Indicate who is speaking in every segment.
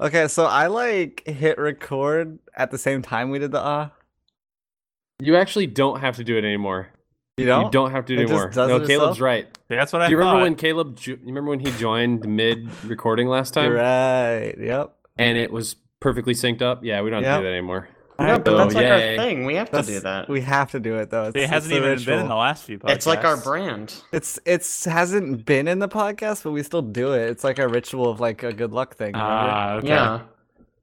Speaker 1: Okay, so I like hit record at the same time we did the ah.
Speaker 2: You actually don't have to do it anymore.
Speaker 1: You know?
Speaker 2: You don't have to do
Speaker 1: It
Speaker 2: it
Speaker 1: just
Speaker 2: anymore.
Speaker 1: does
Speaker 2: No,
Speaker 1: it
Speaker 2: Caleb's
Speaker 1: itself?
Speaker 2: right.
Speaker 3: That's what I
Speaker 2: Do you remember
Speaker 3: thought.
Speaker 2: when Caleb? jo- You remember when he joined mid recording last time,
Speaker 1: You're right. Yep.
Speaker 2: and it was perfectly synced up? Yeah, we don't have to do
Speaker 1: Yep.
Speaker 2: that anymore.
Speaker 4: No, but
Speaker 2: Oh,
Speaker 4: that's like
Speaker 2: yay.
Speaker 4: our thing. We have to
Speaker 1: That's-
Speaker 4: do that.
Speaker 1: We have to do it though. It's,
Speaker 3: it hasn't
Speaker 1: it's
Speaker 3: even
Speaker 1: a
Speaker 3: been in the
Speaker 1: ritual.
Speaker 3: last few podcasts.
Speaker 4: It's like our brand.
Speaker 1: It's it's hasn't been in the podcast, but we still do it. It's like a ritual of like a good luck thing. remember?
Speaker 3: Ah, okay.
Speaker 4: Yeah.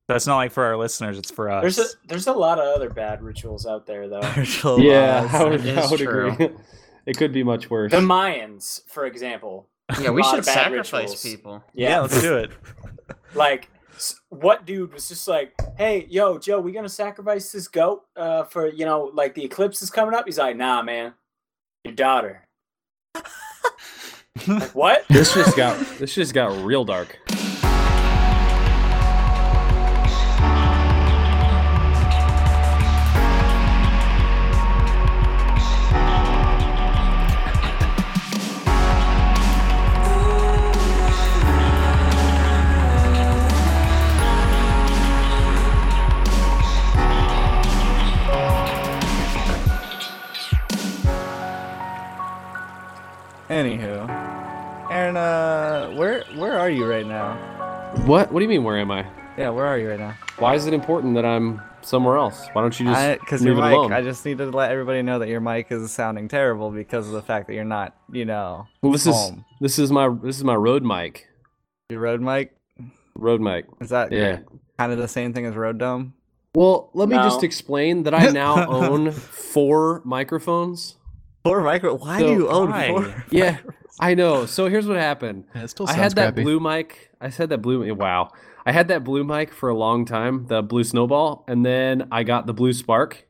Speaker 3: That's not like for our listeners. It's for us.
Speaker 5: There's a there's a lot of other bad rituals out there though.
Speaker 1: Ritual laws.
Speaker 2: I would,
Speaker 4: It
Speaker 2: I
Speaker 4: is
Speaker 2: would
Speaker 4: true.
Speaker 2: agree. it could be much worse.
Speaker 5: The Mayans, for example.
Speaker 4: Yeah, we
Speaker 5: Lot
Speaker 4: should
Speaker 5: of bad
Speaker 4: sacrifice
Speaker 5: rituals.
Speaker 4: people.
Speaker 3: yeah.
Speaker 5: Yeah.
Speaker 3: let's do it.
Speaker 5: Like s- what dude was just like, "Hey, yo, Joe, we gonna sacrifice this goat uh, for you know like the eclipse is coming up?" He's like, "Nah, man, your daughter." Like, what?
Speaker 2: this just got this just got real dark.
Speaker 1: Anywho, Aaron, uh, where where are you right now?
Speaker 2: What? What do you mean? Where am I?
Speaker 1: Yeah, where are you right now?
Speaker 2: Why is it important that I'm somewhere else? Why don't you just
Speaker 1: Because
Speaker 2: leave
Speaker 1: your
Speaker 2: it
Speaker 1: mic.
Speaker 2: alone?
Speaker 1: I just need to let everybody know that your mic is sounding terrible because of the fact that you're not, you know,
Speaker 2: well, this is
Speaker 1: home.
Speaker 2: this is my this is my road mic.
Speaker 1: your road mic.
Speaker 2: Road mic.
Speaker 1: Is that
Speaker 2: Yeah.
Speaker 1: kind of the same thing as road dome?
Speaker 2: Well, let me
Speaker 5: No.
Speaker 2: just explain that I now own four microphones.
Speaker 1: Four micro. Why do
Speaker 2: So-
Speaker 1: you own
Speaker 3: Why?
Speaker 1: four?
Speaker 2: Yeah, I know. So here's what happened.
Speaker 6: Yeah, it still
Speaker 2: I
Speaker 6: sounds
Speaker 2: had that
Speaker 6: crappy.
Speaker 2: blue mic. I said that blue. Wow. I had that blue mic for a long time, the blue snowball, and then I got the blue spark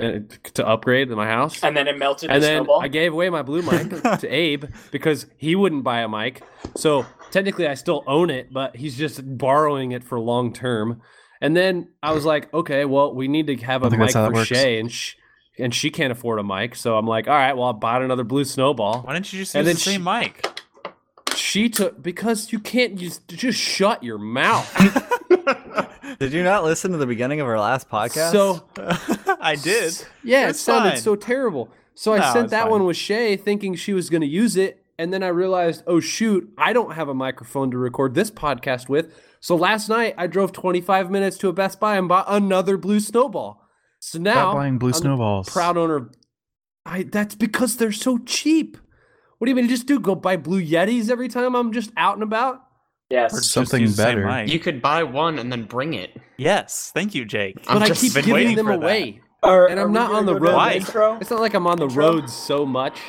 Speaker 2: uh, to upgrade in my house.
Speaker 5: And then it melted
Speaker 2: And
Speaker 5: the
Speaker 2: then
Speaker 5: snowball.
Speaker 2: I gave away my blue mic to Abe because he wouldn't buy a mic. So technically, I still own it, but he's just borrowing it for long term. And then I was like, okay, well, we need to have
Speaker 6: I
Speaker 2: a
Speaker 6: think
Speaker 2: mic
Speaker 6: that's how
Speaker 2: for
Speaker 6: that works.
Speaker 2: Shay, and sh- and she can't afford a mic. So I'm like, all right, well, I bought another blue snowball.
Speaker 3: Why didn't you just use
Speaker 2: And
Speaker 3: the
Speaker 2: then
Speaker 3: same mic?
Speaker 2: She took because you can't just just shut your mouth.
Speaker 1: Did you not listen to the beginning of our last podcast?
Speaker 2: So
Speaker 3: I did.
Speaker 2: yeah, it
Speaker 3: It's
Speaker 2: sounded
Speaker 3: fine.
Speaker 2: so terrible. So
Speaker 3: No,
Speaker 2: I sent
Speaker 3: it's
Speaker 2: that
Speaker 3: fine.
Speaker 2: one with Shay, thinking she was going to use it, and then I realized, oh shoot, I don't have a microphone to record this podcast with. So last night I drove 25 minutes to a Best Buy and bought another blue snowball. So now
Speaker 6: Stop buying blue
Speaker 2: I'm the
Speaker 6: snowballs.
Speaker 2: proud owner. of- I that's because they're so cheap. What do you mean? Just do go buy blue Yetis every time I'm just out and about?
Speaker 3: Or just
Speaker 5: yes.
Speaker 6: Something
Speaker 3: use the same
Speaker 6: better.
Speaker 3: mic.
Speaker 4: You could buy one and then bring it.
Speaker 3: Yes, thank you, Jake.
Speaker 4: I'm
Speaker 2: but I
Speaker 4: just
Speaker 2: keep
Speaker 4: been
Speaker 2: giving
Speaker 3: waiting
Speaker 2: them
Speaker 3: for that.
Speaker 2: away.
Speaker 5: Are-
Speaker 2: and
Speaker 5: are
Speaker 2: I'm
Speaker 5: we
Speaker 2: not
Speaker 5: gonna
Speaker 2: on the
Speaker 5: go down
Speaker 2: road.
Speaker 3: Why?
Speaker 5: Intro?
Speaker 2: It's not like I'm on the
Speaker 5: Intro?
Speaker 2: road so much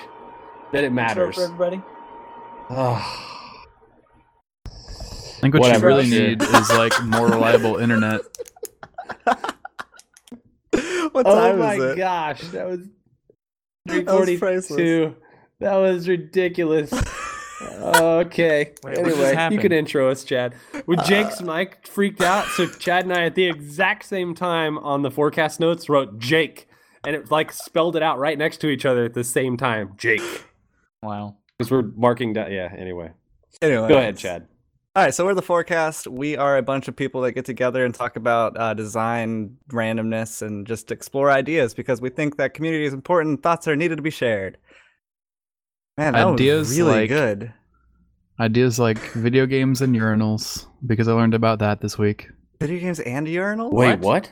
Speaker 2: that it
Speaker 5: Intro
Speaker 2: matters.
Speaker 5: for everybody.
Speaker 6: I think what
Speaker 2: Whatever,
Speaker 6: you really
Speaker 2: sure.
Speaker 6: need is like more reliable internet.
Speaker 1: what
Speaker 2: oh
Speaker 1: time
Speaker 2: my
Speaker 1: is it?
Speaker 2: gosh, that was
Speaker 1: That was
Speaker 2: 342. That was ridiculous. okay.
Speaker 3: Wait, what just
Speaker 2: anyway, you
Speaker 3: happened?
Speaker 2: can intro us, Chad. With
Speaker 1: Uh,
Speaker 2: Jake's mic freaked out, so Chad and I at the exact same time on the forecast notes wrote Jake, and it like spelled it out right next to each other at the same time, Jake,
Speaker 6: Wow.
Speaker 2: because we're marking down. Yeah. Anyway,
Speaker 1: Anyway,
Speaker 2: go ahead, Chad.
Speaker 1: All right, so we're the forecast. We are a bunch of people that get together and talk about uh, design, randomness, and just explore ideas because we think that community is important. Thoughts are needed to be shared. Man, that was
Speaker 6: Ideas
Speaker 1: really
Speaker 6: like-
Speaker 1: good.
Speaker 6: Ideas like video games and urinals because I learned about that this week.
Speaker 1: Video games and urinals.
Speaker 2: Wait, what?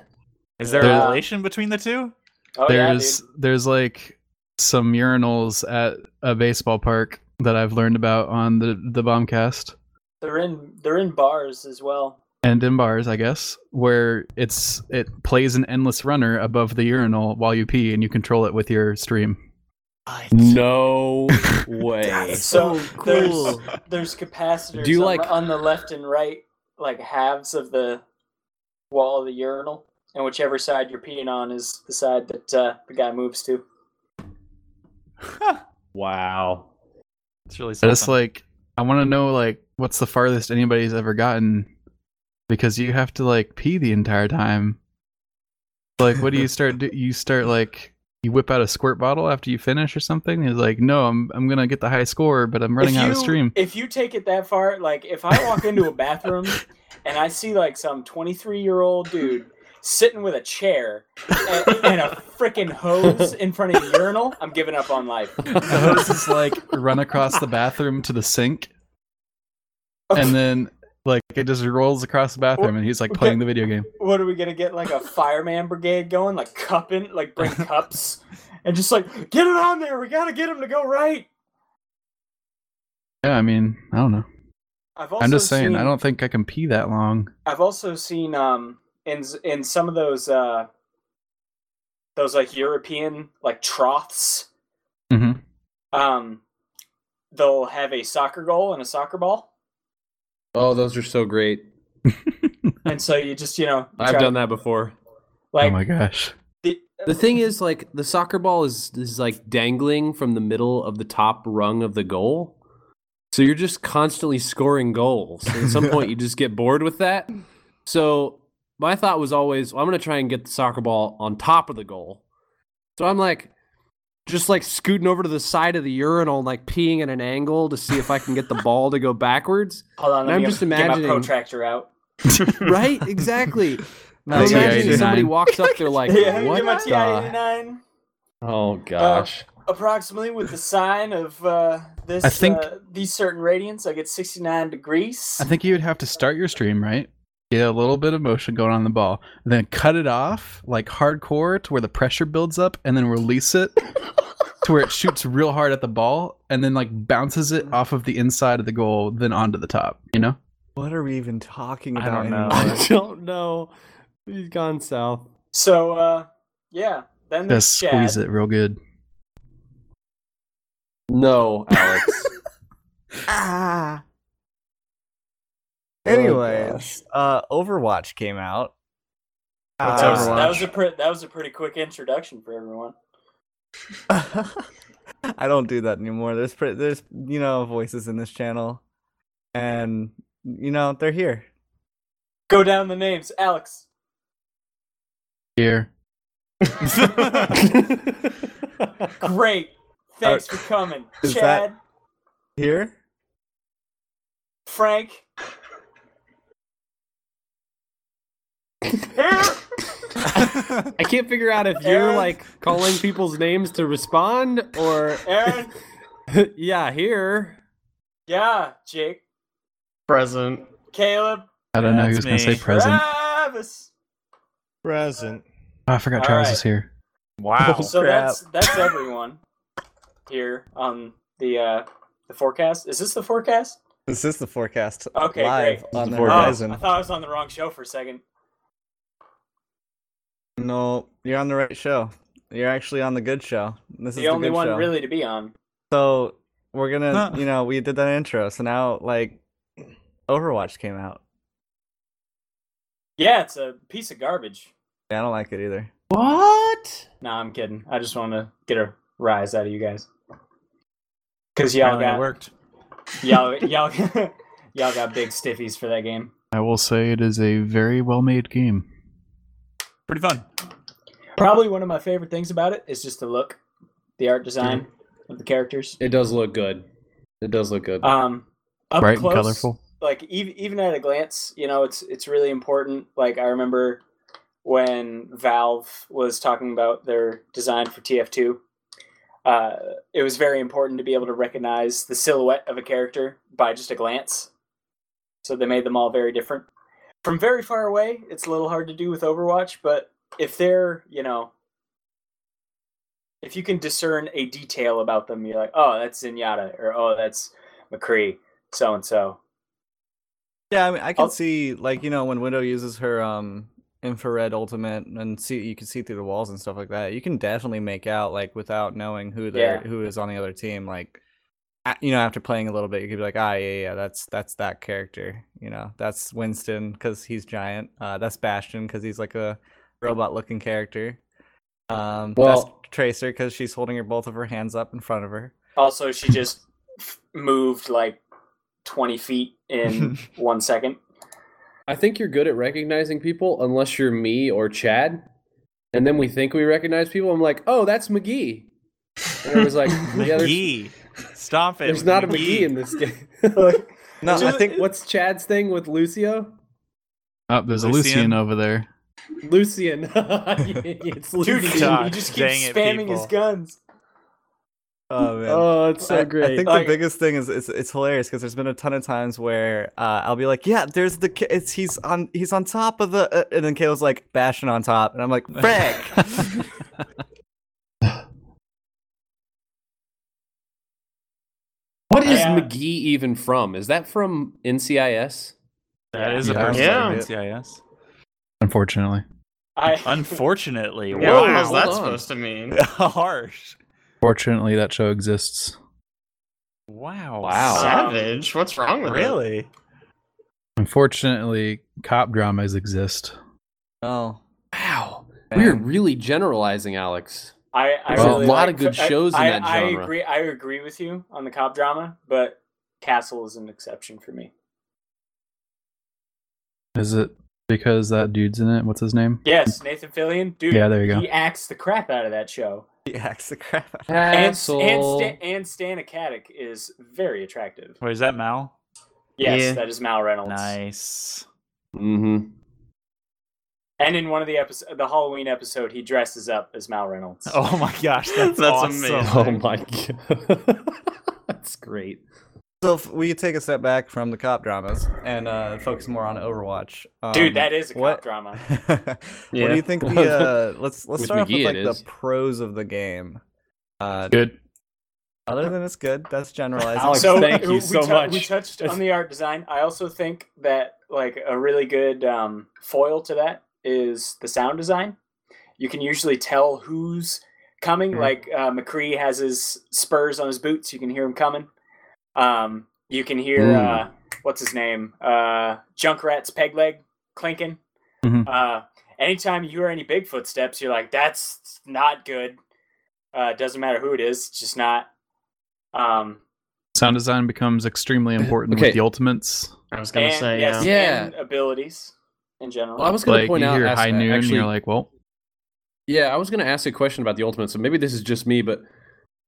Speaker 3: Is there
Speaker 6: There-
Speaker 3: a relation between the two?
Speaker 5: Oh, yeah, dude.
Speaker 6: there's there's like some urinals at a baseball park that I've learned about on the the bombcast
Speaker 5: They're in they're in bars as well.
Speaker 6: and in bars, I guess, where it's it plays an endless runner above the urinal while you pee and you control it with your stream.
Speaker 2: No way.
Speaker 1: That's
Speaker 5: So
Speaker 1: cool.
Speaker 5: there's there's capacitors
Speaker 2: Do you
Speaker 5: on,
Speaker 2: like-
Speaker 5: the- on the left and right like halves of the wall of the urinal and whichever side you're peeing on is the side that uh, the guy moves to
Speaker 2: Wow.
Speaker 3: It's really something.
Speaker 6: But it's like I want to know like what's the farthest anybody's ever gotten because you have to like pee the entire time. Like what do you start do you start like you whip out a squirt bottle after you finish or something? He's like, no, I'm I'm gonna get the high score, but I'm running
Speaker 5: if
Speaker 6: out
Speaker 5: you,
Speaker 6: of stream.
Speaker 5: If you take it that far, like if I walk into a bathroom and I see like some 23 year old dude sitting with a chair and, and a freaking hose in front of a urinal, I'm giving up on life.
Speaker 6: The hose is like run across the bathroom to the sink, and then like it just rolls across the bathroom, and he's like playing the video game.
Speaker 5: what are we gonna get like a fireman brigade going, like cupping, like bring cups and just like get it on there. We gotta get him to go right.
Speaker 6: Yeah, I mean, I don't know.
Speaker 5: I've also
Speaker 6: I'm just saying,
Speaker 5: seen,
Speaker 6: I don't think I can pee that long.
Speaker 5: I've also seen um in in some of those uh those like European like troughs.
Speaker 6: hmm
Speaker 5: um, they'll have a soccer goal and a soccer ball,
Speaker 2: Oh, those are so great.
Speaker 5: and so you just you know
Speaker 2: I've done that before.
Speaker 6: oh
Speaker 5: Like
Speaker 6: my gosh.
Speaker 5: the,
Speaker 2: The thing is, like the soccer ball is is like dangling from the middle of the top rung of the goal, so you're just constantly scoring goals. And at some point, you just get bored with that. So my thought was always, well, I'm gonna try and get the soccer ball on top of the goal. So I'm like, just like scooting over to the side of the urinal, like peeing at an angle to see if I can get the ball to go backwards.
Speaker 5: hold on, let
Speaker 2: I'm
Speaker 5: me
Speaker 2: just
Speaker 5: get, get my
Speaker 2: imagining-
Speaker 5: protractor out.
Speaker 2: Right? Exactly.
Speaker 1: No,
Speaker 2: I'm
Speaker 6: That's
Speaker 1: yeah,
Speaker 2: imagining
Speaker 6: the
Speaker 1: yeah,
Speaker 6: idea.
Speaker 2: somebody walks up, they're like,
Speaker 5: yeah,
Speaker 2: "What
Speaker 5: get my TI
Speaker 2: the
Speaker 5: eighty nine.
Speaker 2: Oh
Speaker 5: gosh. Approximately with the sine of uh, this,
Speaker 6: I think-
Speaker 5: uh, these certain radians, I get sixty nine degrees.
Speaker 6: I think you would have to start your stream, right? Get a little bit of motion going on in the ball, then cut it off like hardcore to where the pressure builds up, and then release it to where it shoots real hard at the ball, and then like bounces it off of the inside of the goal, then onto the top. You know?
Speaker 1: What are we even talking
Speaker 3: I
Speaker 1: about
Speaker 3: don't know.
Speaker 1: anymore?
Speaker 2: I don't know. He's gone south.
Speaker 5: so. Uh, yeah, then there's
Speaker 6: Just
Speaker 5: Chad.
Speaker 6: squeeze it real good.
Speaker 2: No, Alex.
Speaker 1: ah.
Speaker 2: Oh,
Speaker 1: Anyways, uh, Overwatch came out. Uh,
Speaker 3: What's
Speaker 5: That was,
Speaker 3: Overwatch?
Speaker 5: that was a pre- that was a pretty quick introduction for everyone.
Speaker 1: I don't do that anymore. There's pre- there's you know voices in this channel, and you know they're here.
Speaker 5: Go down the names, Alex.
Speaker 6: Here.
Speaker 5: Great, thanks for coming,
Speaker 1: Is
Speaker 5: Chad,
Speaker 1: that- Here,
Speaker 5: Frank.
Speaker 2: I can't figure out if you're
Speaker 5: Aaron.
Speaker 2: like calling people's names to respond or
Speaker 5: Aaron,
Speaker 2: yeah, here.
Speaker 5: yeah, Jake,
Speaker 4: Present.
Speaker 5: Caleb,
Speaker 6: I don't know who's
Speaker 3: That's
Speaker 6: gonna say
Speaker 3: me.
Speaker 6: present.
Speaker 5: Ah! Travis.
Speaker 7: Present.
Speaker 6: Oh, I forgot
Speaker 5: All
Speaker 6: Travis
Speaker 5: right.
Speaker 6: is here.
Speaker 3: wow.
Speaker 1: Oh,
Speaker 5: so
Speaker 1: crap.
Speaker 5: that's that's everyone here on the uh the forecast. Is this the forecast?
Speaker 1: this is the forecast
Speaker 5: Okay,
Speaker 1: live
Speaker 5: great.
Speaker 1: on the
Speaker 7: Oh,
Speaker 5: Oh, I
Speaker 1: horizon.
Speaker 5: thought I was on the wrong show for a second.
Speaker 1: No, you're on the right show. You're actually on the good show. This is
Speaker 5: the only
Speaker 1: good
Speaker 5: one
Speaker 1: show.
Speaker 5: really to be on.
Speaker 1: So we're gonna,
Speaker 3: Huh.
Speaker 1: you know, we did that intro. So now, like, Overwatch came out.
Speaker 5: Yeah, it's a piece of garbage.
Speaker 1: Yeah, I don't like it either.
Speaker 2: What?
Speaker 5: No, I'm kidding. I just want to get a rise out of you guys. Cause y'all
Speaker 3: Apparently it
Speaker 5: got
Speaker 3: worked.
Speaker 5: y'all y'all y'all got big stiffies for that game.
Speaker 6: I will say it is a very well made game.
Speaker 3: Pretty fun.
Speaker 5: Probably one of my favorite things about it is just the look, the art design of the characters.
Speaker 2: It does look good. It does look good.
Speaker 5: Um, up
Speaker 6: Bright
Speaker 5: close,
Speaker 6: and colorful.
Speaker 5: Like even even at a glance, you know, it's it's really important. Like I remember when Valve was talking about their design for TF2. Uh, it was very important to be able to recognize the silhouette of a character by just a glance. So they made them all very different. From very far away, it's a little hard to do with Overwatch, but if they're, you know, if you can discern a detail about them, you're like, oh, that's Zenyatta, or oh, that's McCree, so and so.
Speaker 1: Yeah, I mean, I can
Speaker 5: I'll-
Speaker 1: see, like, you know, when Widow uses her um infrared ultimate and see you can see through the walls and stuff like that. You can definitely make out like without knowing who they are
Speaker 5: Yeah.
Speaker 1: who is on the other team. Like, a- you know, after playing a little bit, you could be like, ah, yeah, yeah, yeah, that's that's that character. You know, that's Winston because he's giant. Uh, that's Bastion because he's like a robot-looking character. Um,
Speaker 2: Well-
Speaker 1: that's Tracer because she's holding her both of her hands up in front of her.
Speaker 5: Also, she just f- moved like 20 feet in one second.
Speaker 2: I think you're good at recognizing people unless you're me or Chad. And then we think we recognize people. I'm like, oh, that's McGee. And I was like, yeah, there's,
Speaker 3: McGee. Stop it.
Speaker 2: there's not a McGee in this game.
Speaker 1: No, I think
Speaker 2: What's Chad's thing with Lucio?
Speaker 6: Oh, there's a
Speaker 3: Lucian.
Speaker 6: Lucian over there.
Speaker 2: Lucian. it's
Speaker 3: Dude,
Speaker 5: Dude,
Speaker 2: Lucian.
Speaker 5: he
Speaker 3: Tuck.
Speaker 5: just keeps
Speaker 3: Dang it,
Speaker 5: spamming
Speaker 3: people.
Speaker 5: his guns.
Speaker 1: oh man.
Speaker 2: Oh, it's
Speaker 1: I-
Speaker 2: so great.
Speaker 1: I think
Speaker 5: Like-
Speaker 1: the biggest thing is it's, it's hilarious because there's been a ton of times where uh, I'll be like, "Yeah, there's the ki- it's he's on he's on top of the," uh, and then Kayla's like bashing on top, and I'm like, "Frick!"
Speaker 2: what is
Speaker 5: Yeah.
Speaker 2: McGee even from? Is that from NCIS?
Speaker 3: That is a
Speaker 6: Yeah.
Speaker 3: person.
Speaker 4: Yeah.
Speaker 3: in NCIS.
Speaker 6: Unfortunately,
Speaker 5: I
Speaker 3: Unfortunately.
Speaker 4: Yeah,
Speaker 3: wow.
Speaker 4: what was that
Speaker 2: hold on.
Speaker 4: supposed to mean?
Speaker 3: Harsh.
Speaker 6: fortunately, that show exists.
Speaker 3: Wow.
Speaker 2: Wow.
Speaker 4: Savage. What's wrong with it?
Speaker 3: Really?
Speaker 6: Unfortunately, cop dramas exist.
Speaker 1: oh,
Speaker 2: Wow.
Speaker 1: Man.
Speaker 2: We're really generalizing, Alex.
Speaker 5: I, I
Speaker 6: There's a
Speaker 5: really
Speaker 2: lot
Speaker 5: like-
Speaker 2: of good
Speaker 5: I-
Speaker 2: shows in
Speaker 5: I,
Speaker 2: that
Speaker 5: I
Speaker 2: genre.
Speaker 5: agree. I agree with you on the cop drama, but Castle is an exception for me.
Speaker 6: Is it because that dude's in it? What's his name?
Speaker 5: Yes, Nathan Fillion, dude.
Speaker 6: Yeah, there you go.
Speaker 5: He acts the crap out of that show.
Speaker 1: he acts the crap. out of-
Speaker 5: And, and,
Speaker 2: Asshole.
Speaker 5: Stan, and Stan Akatic is very attractive.
Speaker 3: Wait, is that Mal?
Speaker 5: Yes,
Speaker 4: Yeah.
Speaker 5: that is Mal Reynolds.
Speaker 3: Nice.
Speaker 2: Mhm.
Speaker 5: And in one of the episode, the Halloween episode, he dresses up as Mal Reynolds.
Speaker 3: Oh my gosh, that's,
Speaker 4: That's
Speaker 3: awesome.
Speaker 4: amazing.
Speaker 2: Oh my god. That's great.
Speaker 1: So if we take a step back from the cop dramas and uh, focus more on Overwatch, um,
Speaker 5: dude, that is a cop
Speaker 1: what-
Speaker 5: drama.
Speaker 1: what do
Speaker 4: Yeah.
Speaker 1: you think? The, uh, let's let's
Speaker 2: With
Speaker 1: start off
Speaker 2: McGee,
Speaker 1: with
Speaker 2: it
Speaker 1: like
Speaker 2: is.
Speaker 1: the pros of the game. Uh,
Speaker 6: Good.
Speaker 1: other than it's good, that's generalizing.
Speaker 2: Alex,
Speaker 5: so
Speaker 2: thank
Speaker 5: uh,
Speaker 2: you
Speaker 5: we
Speaker 2: so
Speaker 5: tou-
Speaker 2: much.
Speaker 5: We touched
Speaker 2: It's-
Speaker 5: on the art design. I also think that like a really good um, foil to that is the sound design. You can usually tell who's coming.
Speaker 2: Mm-hmm.
Speaker 5: Like uh, McCree has his spurs on his boots. You can hear him coming. Um, you can hear
Speaker 2: Mm.
Speaker 5: uh, what's his name, uh, Junkrat's peg leg clinking.
Speaker 2: Mm-hmm.
Speaker 6: Mhm.
Speaker 5: Uh, anytime you hear any big footsteps, you're like, that's not good. Uh, it doesn't matter who it is, it's just not. Um,
Speaker 6: Sound design becomes extremely important
Speaker 2: Okay.
Speaker 6: with the ultimates.
Speaker 4: I was gonna
Speaker 5: and,
Speaker 4: say
Speaker 5: yes,
Speaker 4: yeah.
Speaker 2: Yeah.
Speaker 5: and abilities in general.
Speaker 2: Well, I was going to
Speaker 6: Like
Speaker 2: point
Speaker 6: you
Speaker 2: out
Speaker 6: hear
Speaker 2: as-
Speaker 6: high noon, and
Speaker 2: actually-
Speaker 6: you're like, well,
Speaker 2: Yeah, I was going to ask a question about the ultimate. So maybe this is just me, but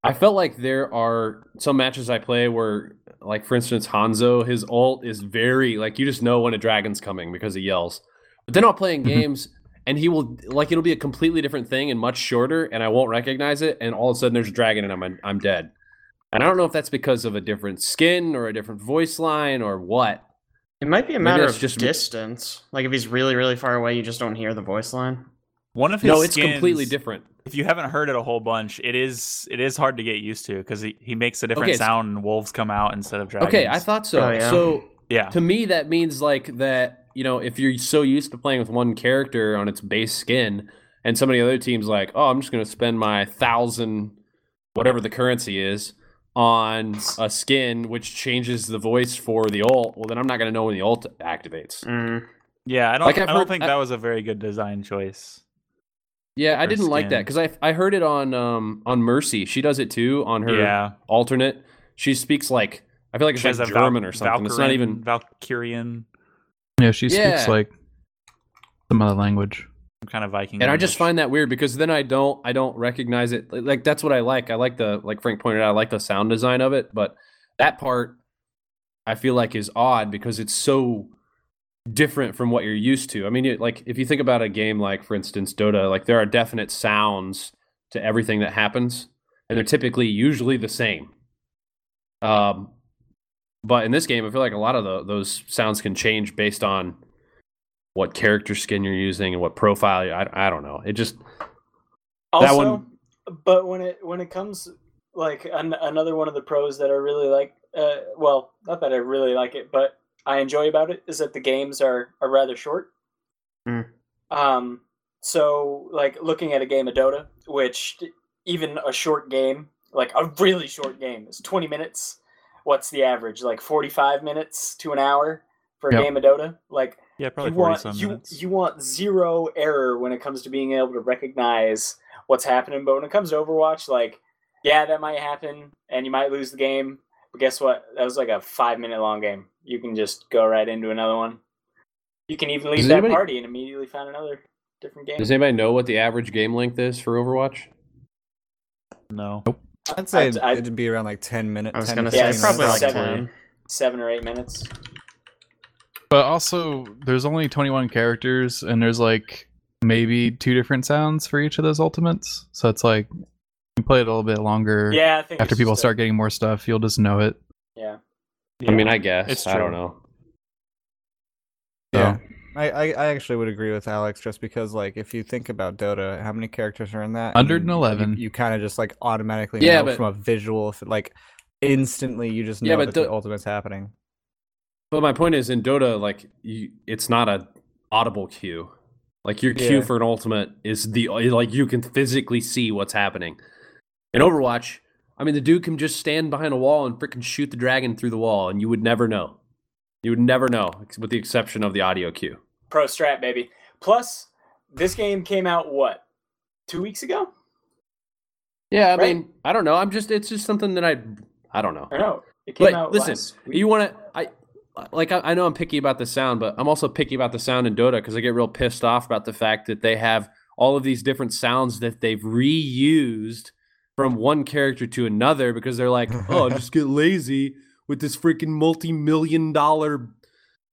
Speaker 2: I felt like there are some matches I play where, like for instance, Hanzo, his ult is very like you just know when a dragon's coming because he yells. But then I'll play in
Speaker 3: Mm-hmm.
Speaker 6: Mhm.
Speaker 2: games and he will like it'll be a completely different thing and much shorter, and I won't recognize it. And all of a sudden, there's a dragon, and I'm I'm dead. And I don't know if that's because of a different skin or a different voice line or what.
Speaker 4: It might be a
Speaker 2: Maybe
Speaker 4: matter
Speaker 2: that's
Speaker 4: of
Speaker 2: just me.
Speaker 4: distance. Like if he's really, really far away, you just don't hear the voice line.
Speaker 3: One of his
Speaker 2: No, it's completely
Speaker 3: skins,
Speaker 2: different.
Speaker 3: If you haven't heard it a whole bunch, it is it is hard to get used to because he, he makes a different
Speaker 2: Okay, so-
Speaker 3: sound and wolves come out instead of dragons.
Speaker 2: Okay, I thought so.
Speaker 4: Oh, yeah.
Speaker 2: So
Speaker 3: yeah.
Speaker 2: to me that means like that you know if you're so used to playing with one character on its base skin and some of the other teams like oh i'm just going to spend my thousand whatever the currency is on a skin which changes the voice for the ult well then i'm not going to know when the ult activates
Speaker 4: Mm.
Speaker 3: Yeah, I don't
Speaker 2: Like,
Speaker 3: I
Speaker 2: I've
Speaker 3: don't
Speaker 2: heard-
Speaker 3: think
Speaker 2: I-
Speaker 3: that was a very good design choice.
Speaker 2: yeah i
Speaker 3: Her
Speaker 2: didn't like that because I, I heard it on um on mercy she does it too on her
Speaker 3: yeah.
Speaker 2: alternate she speaks like i feel like it's
Speaker 3: She has
Speaker 2: like
Speaker 3: a Val-
Speaker 2: german or something it's not
Speaker 3: Valkyrian-
Speaker 2: even
Speaker 3: Valkyrian
Speaker 6: yeah, she
Speaker 2: Yeah.
Speaker 6: speaks like some other language.
Speaker 3: some kind of Viking.
Speaker 2: and I just
Speaker 3: language.
Speaker 2: find that weird because then I don't I don't recognize it. Like, like, that's what I like. I like the like Frank pointed out. I like the sound design of it, but that part I feel like is odd because it's so different from what you're used to. I mean, it, like if you think about a game like for instance Dota, like there are definite sounds to everything that happens, and they're typically usually the same. Um, but in this game, I feel like a lot of the, those sounds can change based on what character skin you're using and what profile. You, I I don't know. It just
Speaker 5: also,
Speaker 2: that one-
Speaker 5: but when it when it comes like an, another one of the pros that I really like, uh, well, not that I really like it, but I enjoy about it is that the games are are rather short.
Speaker 4: Mm.
Speaker 5: Um, so like looking at a game of Dota, which d- even a short game, like a really short game, is twenty minutes. What's the average? Like forty five minutes to an hour for a
Speaker 6: Yep.
Speaker 5: game of Dota. Like
Speaker 3: yeah, probably
Speaker 5: you
Speaker 3: 40
Speaker 5: want
Speaker 3: some
Speaker 5: you,
Speaker 3: minutes.
Speaker 5: you want zero error when it comes to being able to recognize what's happening. But when it comes to Overwatch, like yeah, that might happen, and you might lose the game. But guess what? That was like a five minute long game. You can just go right into another one. You can even leave
Speaker 2: Does
Speaker 5: that
Speaker 2: anybody-
Speaker 5: party and immediately find another different game.
Speaker 2: Does anybody know what the average game length is for Overwatch?
Speaker 3: No.
Speaker 1: I'd say
Speaker 5: I'd- I'd-
Speaker 1: it'd be around like 10 minutes.
Speaker 4: I was
Speaker 1: 10
Speaker 4: gonna
Speaker 1: to
Speaker 4: say
Speaker 1: 15
Speaker 5: it's
Speaker 4: probably like
Speaker 1: minutes.
Speaker 5: seven.
Speaker 4: ten.
Speaker 5: Seven or eight minutes.
Speaker 6: But also, there's only 21 characters, and there's like maybe two different sounds for each of those ultimates. So it's like you play it a little bit longer.
Speaker 5: Yeah, I think
Speaker 6: After
Speaker 5: it's
Speaker 6: people
Speaker 5: just a-
Speaker 6: start getting more stuff, you'll just know it.
Speaker 5: Yeah,
Speaker 2: I mean, I guess.
Speaker 3: It's
Speaker 2: I don't
Speaker 3: true.
Speaker 2: know.
Speaker 6: So.
Speaker 1: Yeah. I, I, I actually would agree with Alex just because like if you think about Dota, how many characters are in that?
Speaker 6: 111.
Speaker 1: You, you kind of just like automatically
Speaker 2: Yeah,
Speaker 1: know
Speaker 2: but-
Speaker 1: from a visual, if, like instantly you just know
Speaker 2: Yeah, but
Speaker 1: that the
Speaker 2: Do-
Speaker 1: ultimate's happening.
Speaker 2: But my point is, in Dota, like you, it's not a audible cue. Like your cue
Speaker 1: Yeah.
Speaker 2: for an ultimate is the like you can physically see what's happening. In Overwatch, I mean, the dude can just stand behind a wall and freaking shoot the dragon through the wall, and you would never know. You would never know, ex- with the exception of the audio cue.
Speaker 5: pro strat baby. Plus, this game came out what two weeks ago?
Speaker 2: Yeah, I
Speaker 5: Right.
Speaker 2: mean, I don't know. I'm just it's just something that I I don't know.
Speaker 5: I don't know. It came
Speaker 2: But
Speaker 5: out.
Speaker 2: listen,
Speaker 5: last week.
Speaker 2: You want to? I like. I, I know I'm picky about the sound, but I'm also picky about the sound in Dota because I get real pissed off about the fact that they have all of these different sounds that they've reused from one character to another because they're like, oh, just get lazy with this freaking multi-million dollar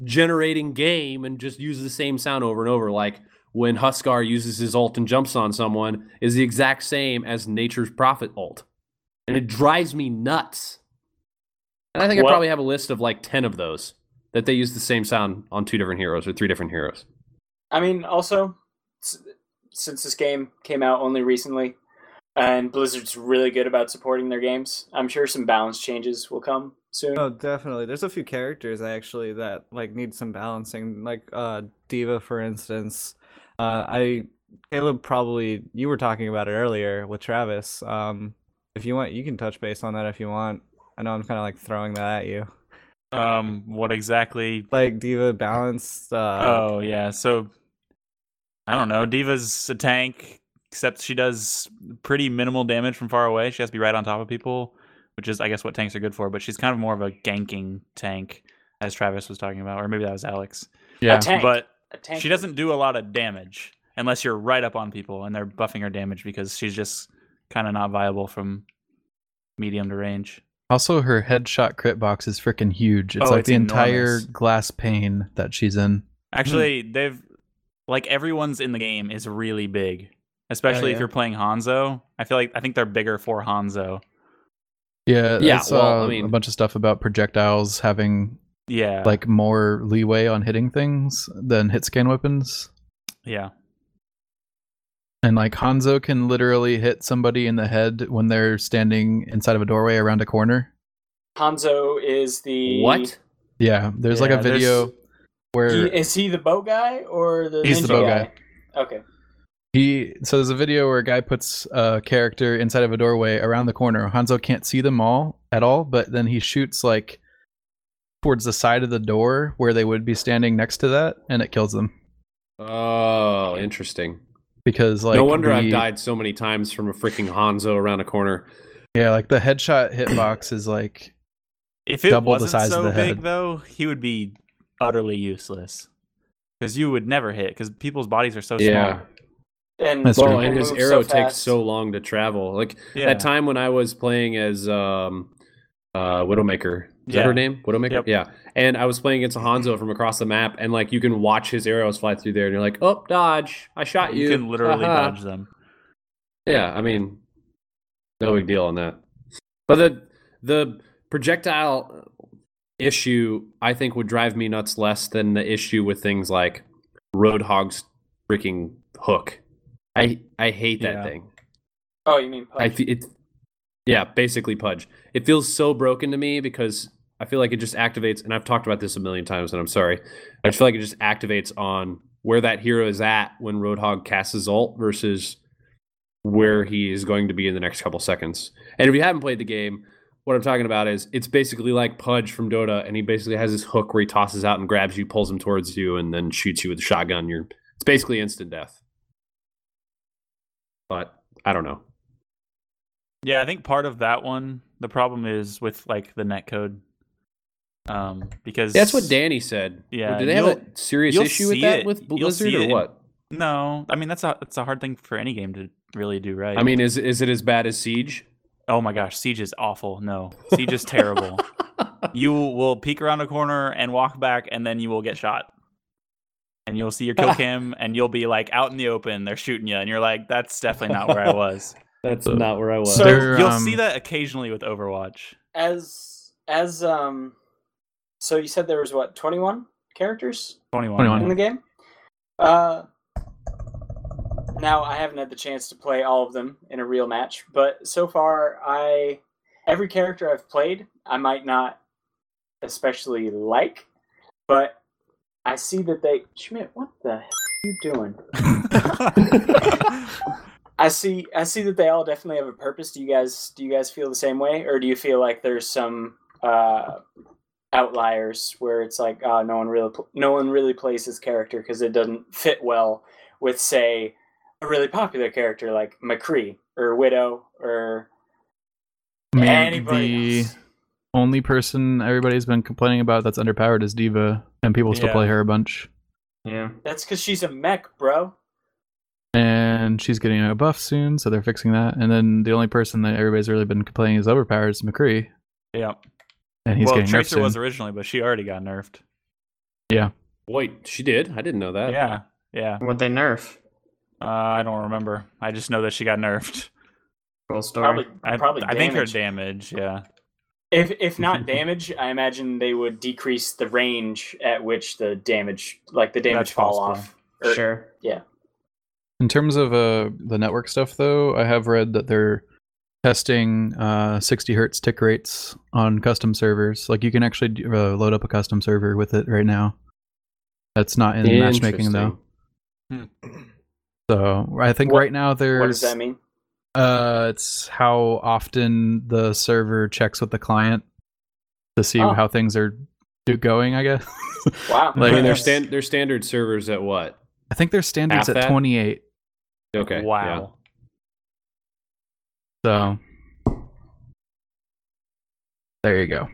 Speaker 2: generating game and just use the same sound over and over. Like when Huskar uses his ult and jumps on someone is the exact same as Nature's Prophet ult, and it drives me nuts. And I think
Speaker 5: What-
Speaker 2: I probably have a list of like 10 of those that they use the same sound on two different heroes or three different heroes.
Speaker 5: I mean, also, s- since this game came out only recently, and Blizzard's really good about supporting their games, I'm sure some balance changes will come soon.
Speaker 1: Oh, definitely. There's a few characters actually that like need some balancing, like uh Diva, for instance. Uh I Caleb probably you were talking about it earlier with Travis. Um if you want you can touch base on that if you want. I know I'm kind of like throwing that at you.
Speaker 3: Um, what exactly?
Speaker 1: Like Diva balance uh
Speaker 3: oh yeah, so I don't know. Diva's a tank, except she does pretty minimal damage from far away. She has to be right on top of people, which is I guess what tanks are good for. But she's kind of more of a ganking tank, as Travis was talking about, or maybe that was Alex.
Speaker 6: Yeah.
Speaker 5: a tank,
Speaker 3: But
Speaker 5: a tank
Speaker 3: she doesn't do a lot of damage unless you're right up on people and they're buffing her damage because she's just kind of not viable from medium to range.
Speaker 6: Also, her headshot crit box is freaking huge. It's
Speaker 3: Oh,
Speaker 6: like
Speaker 3: it's
Speaker 6: the entire
Speaker 3: enormous.
Speaker 6: glass pane that she's in.
Speaker 3: Actually, they've like everyone's in the game is really
Speaker 6: Oh,
Speaker 3: big, especially
Speaker 1: yeah.
Speaker 3: if you're playing Hanzo. I feel like I think they're bigger for Hanzo.
Speaker 6: Yeah,
Speaker 2: Yeah,
Speaker 6: I
Speaker 2: well,
Speaker 6: saw
Speaker 2: I mean-
Speaker 6: a bunch of stuff about projectiles having
Speaker 3: Yeah,
Speaker 6: like more leeway on hitting things than hit scan weapons.
Speaker 3: yeah,
Speaker 6: And like Hanzo can literally hit somebody in the head when they're standing inside of a doorway around a corner.
Speaker 5: Hanzo is the
Speaker 2: What?
Speaker 6: Yeah, there's like
Speaker 3: Yeah,
Speaker 6: a
Speaker 3: there's-
Speaker 6: video where
Speaker 5: He, is he the bow guy or the
Speaker 6: He's the
Speaker 5: ninja
Speaker 6: bow
Speaker 5: Okay,
Speaker 6: He so there's a video where a guy puts a character inside of a doorway around the corner. Hanzo can't see them all at all, but then he shoots like towards the side of the door where they would be standing next to that, and it kills them
Speaker 2: Oh, interesting.
Speaker 6: because like
Speaker 2: no wonder I've
Speaker 6: the-
Speaker 2: died so many times from a freaking Hanzo around a corner.
Speaker 6: Yeah, like the headshot hitbox is like
Speaker 3: If it
Speaker 6: Double the
Speaker 3: wasn't
Speaker 6: size of
Speaker 3: so
Speaker 6: the
Speaker 3: big,
Speaker 6: head.
Speaker 3: though, he would be utterly useless because you would never hit because people's bodies are so small.
Speaker 5: and
Speaker 6: That's
Speaker 2: Well,
Speaker 6: true.
Speaker 2: and
Speaker 5: they
Speaker 2: his
Speaker 5: move
Speaker 2: arrow takes
Speaker 5: fast.
Speaker 2: so long to travel. Like
Speaker 3: Yeah,
Speaker 2: that time when I was playing as um uh Widowmaker. Is that
Speaker 3: Yeah.
Speaker 2: her name? Widowmaker?
Speaker 3: Yep.
Speaker 2: Yeah. And I was playing against a Hanzo from across the map and like you can watch his arrows fly through there and you're like, Oh, dodge. I shot you. Uh-huh.
Speaker 3: you can literally
Speaker 2: Haha.
Speaker 3: dodge them.
Speaker 2: Yeah, I mean, no big deal on that. But the the projectile issue, I think, would drive me nuts less than the issue with things like Roadhog's freaking hook. I I hate that
Speaker 3: Yeah.
Speaker 2: thing.
Speaker 5: Oh, you mean
Speaker 2: I
Speaker 5: Pudge.
Speaker 2: fe- it, yeah, basically Pudge. It feels so broken to me because I feel like it just activates, and I've talked about this a million times, and I'm sorry. I just feel like it just activates on where that hero is at when Roadhog casts his ult versus where he is going to be in the next couple seconds. And if you haven't played the game, what I'm talking about is it's basically like Pudge from Dota, and he basically has this hook where he tosses out and grabs you, pulls him towards you, and then shoots you with a shotgun. You're it's basically instant death. But I don't know.
Speaker 3: Yeah, I think part of that one, the problem is with like the netcode. Um, because
Speaker 2: That's what Danny said.
Speaker 3: Yeah,
Speaker 2: Do they have a
Speaker 3: you'll-
Speaker 2: serious
Speaker 3: you'll
Speaker 2: issue with
Speaker 3: see
Speaker 2: that
Speaker 3: it.
Speaker 2: with
Speaker 3: You'll
Speaker 2: Blizzard
Speaker 3: see
Speaker 2: or
Speaker 3: it.
Speaker 2: what?
Speaker 3: No, I mean that's a that's a hard thing for any game to really do right.
Speaker 2: I mean, is is it as bad as Siege?
Speaker 3: oh my gosh, Siege is awful. No, Siege is terrible. You will peek around a corner and walk back, and then you will get shot. And you'll see your kill cam, and you'll be like out in the open. They're shooting you, and you're like, "That's definitely not where I was."
Speaker 2: That's
Speaker 6: So-
Speaker 2: not where I was.
Speaker 5: So-
Speaker 6: They're,
Speaker 3: You'll
Speaker 6: um,
Speaker 3: see that occasionally with Overwatch.
Speaker 5: As as um, so you said there was what twenty one characters
Speaker 3: Twenty-one.
Speaker 6: 21.
Speaker 5: in the game. Uh, now I haven't had the chance to play all of them in a real match, but so far I every character I've played I might not especially like, but I see that they Schmidt, what the hell are you doing? I see I see that they all definitely have a purpose. Do you guys do you guys feel the same way? Or do you feel like there's some uh outliers where it's like oh, no one really pl- no one really plays this character because it doesn't fit well with say a really popular character like McCree or Widow or
Speaker 6: I mean,
Speaker 5: anybody
Speaker 6: the
Speaker 5: else.
Speaker 6: only person everybody's been complaining about that's underpowered is Diva, and people still
Speaker 3: Yeah.
Speaker 6: play her a bunch.
Speaker 4: Yeah.
Speaker 5: That's because she's a mech, bro.
Speaker 6: And she's getting a buff soon, so they're fixing that. And then the only person that everybody's really been complaining is overpowered is McCree,
Speaker 3: yeah.
Speaker 6: and he's
Speaker 3: well,
Speaker 6: getting nerfed
Speaker 3: Tracer
Speaker 6: soon.
Speaker 3: was originally, but she already got nerfed.
Speaker 2: Wait, she did? I didn't know that.
Speaker 3: Yeah, yeah.
Speaker 4: What they nerf?
Speaker 3: Uh, I don't remember. I just know that she got nerfed.
Speaker 4: Cool story.
Speaker 5: Probably,
Speaker 3: I,
Speaker 5: probably.
Speaker 3: I think her
Speaker 5: damage.
Speaker 3: damage. Yeah.
Speaker 5: If if not damage, I imagine they would decrease the range at which the damage, like the damage
Speaker 3: That's
Speaker 5: fall
Speaker 3: possible.
Speaker 5: off. Or-
Speaker 4: Sure.
Speaker 6: In terms of uh, the network stuff, though, I have read that they're testing uh, 60 hertz tick rates on custom servers. Like you can actually d- uh, load up a custom server with it right now. That's not in matchmaking, though. So I think
Speaker 5: What-
Speaker 6: right now there's
Speaker 5: What does that mean?
Speaker 6: Uh, it's how often the server checks with the client to see
Speaker 5: Oh.
Speaker 6: how things are do- going. I guess.
Speaker 5: Wow.
Speaker 2: I mean,
Speaker 6: like
Speaker 2: their
Speaker 5: That's-
Speaker 2: stand their standard servers at what?
Speaker 6: I think their standards
Speaker 2: Half
Speaker 6: at
Speaker 2: that?
Speaker 6: 28.
Speaker 2: Okay. yeah.
Speaker 3: wow.
Speaker 6: So there you go.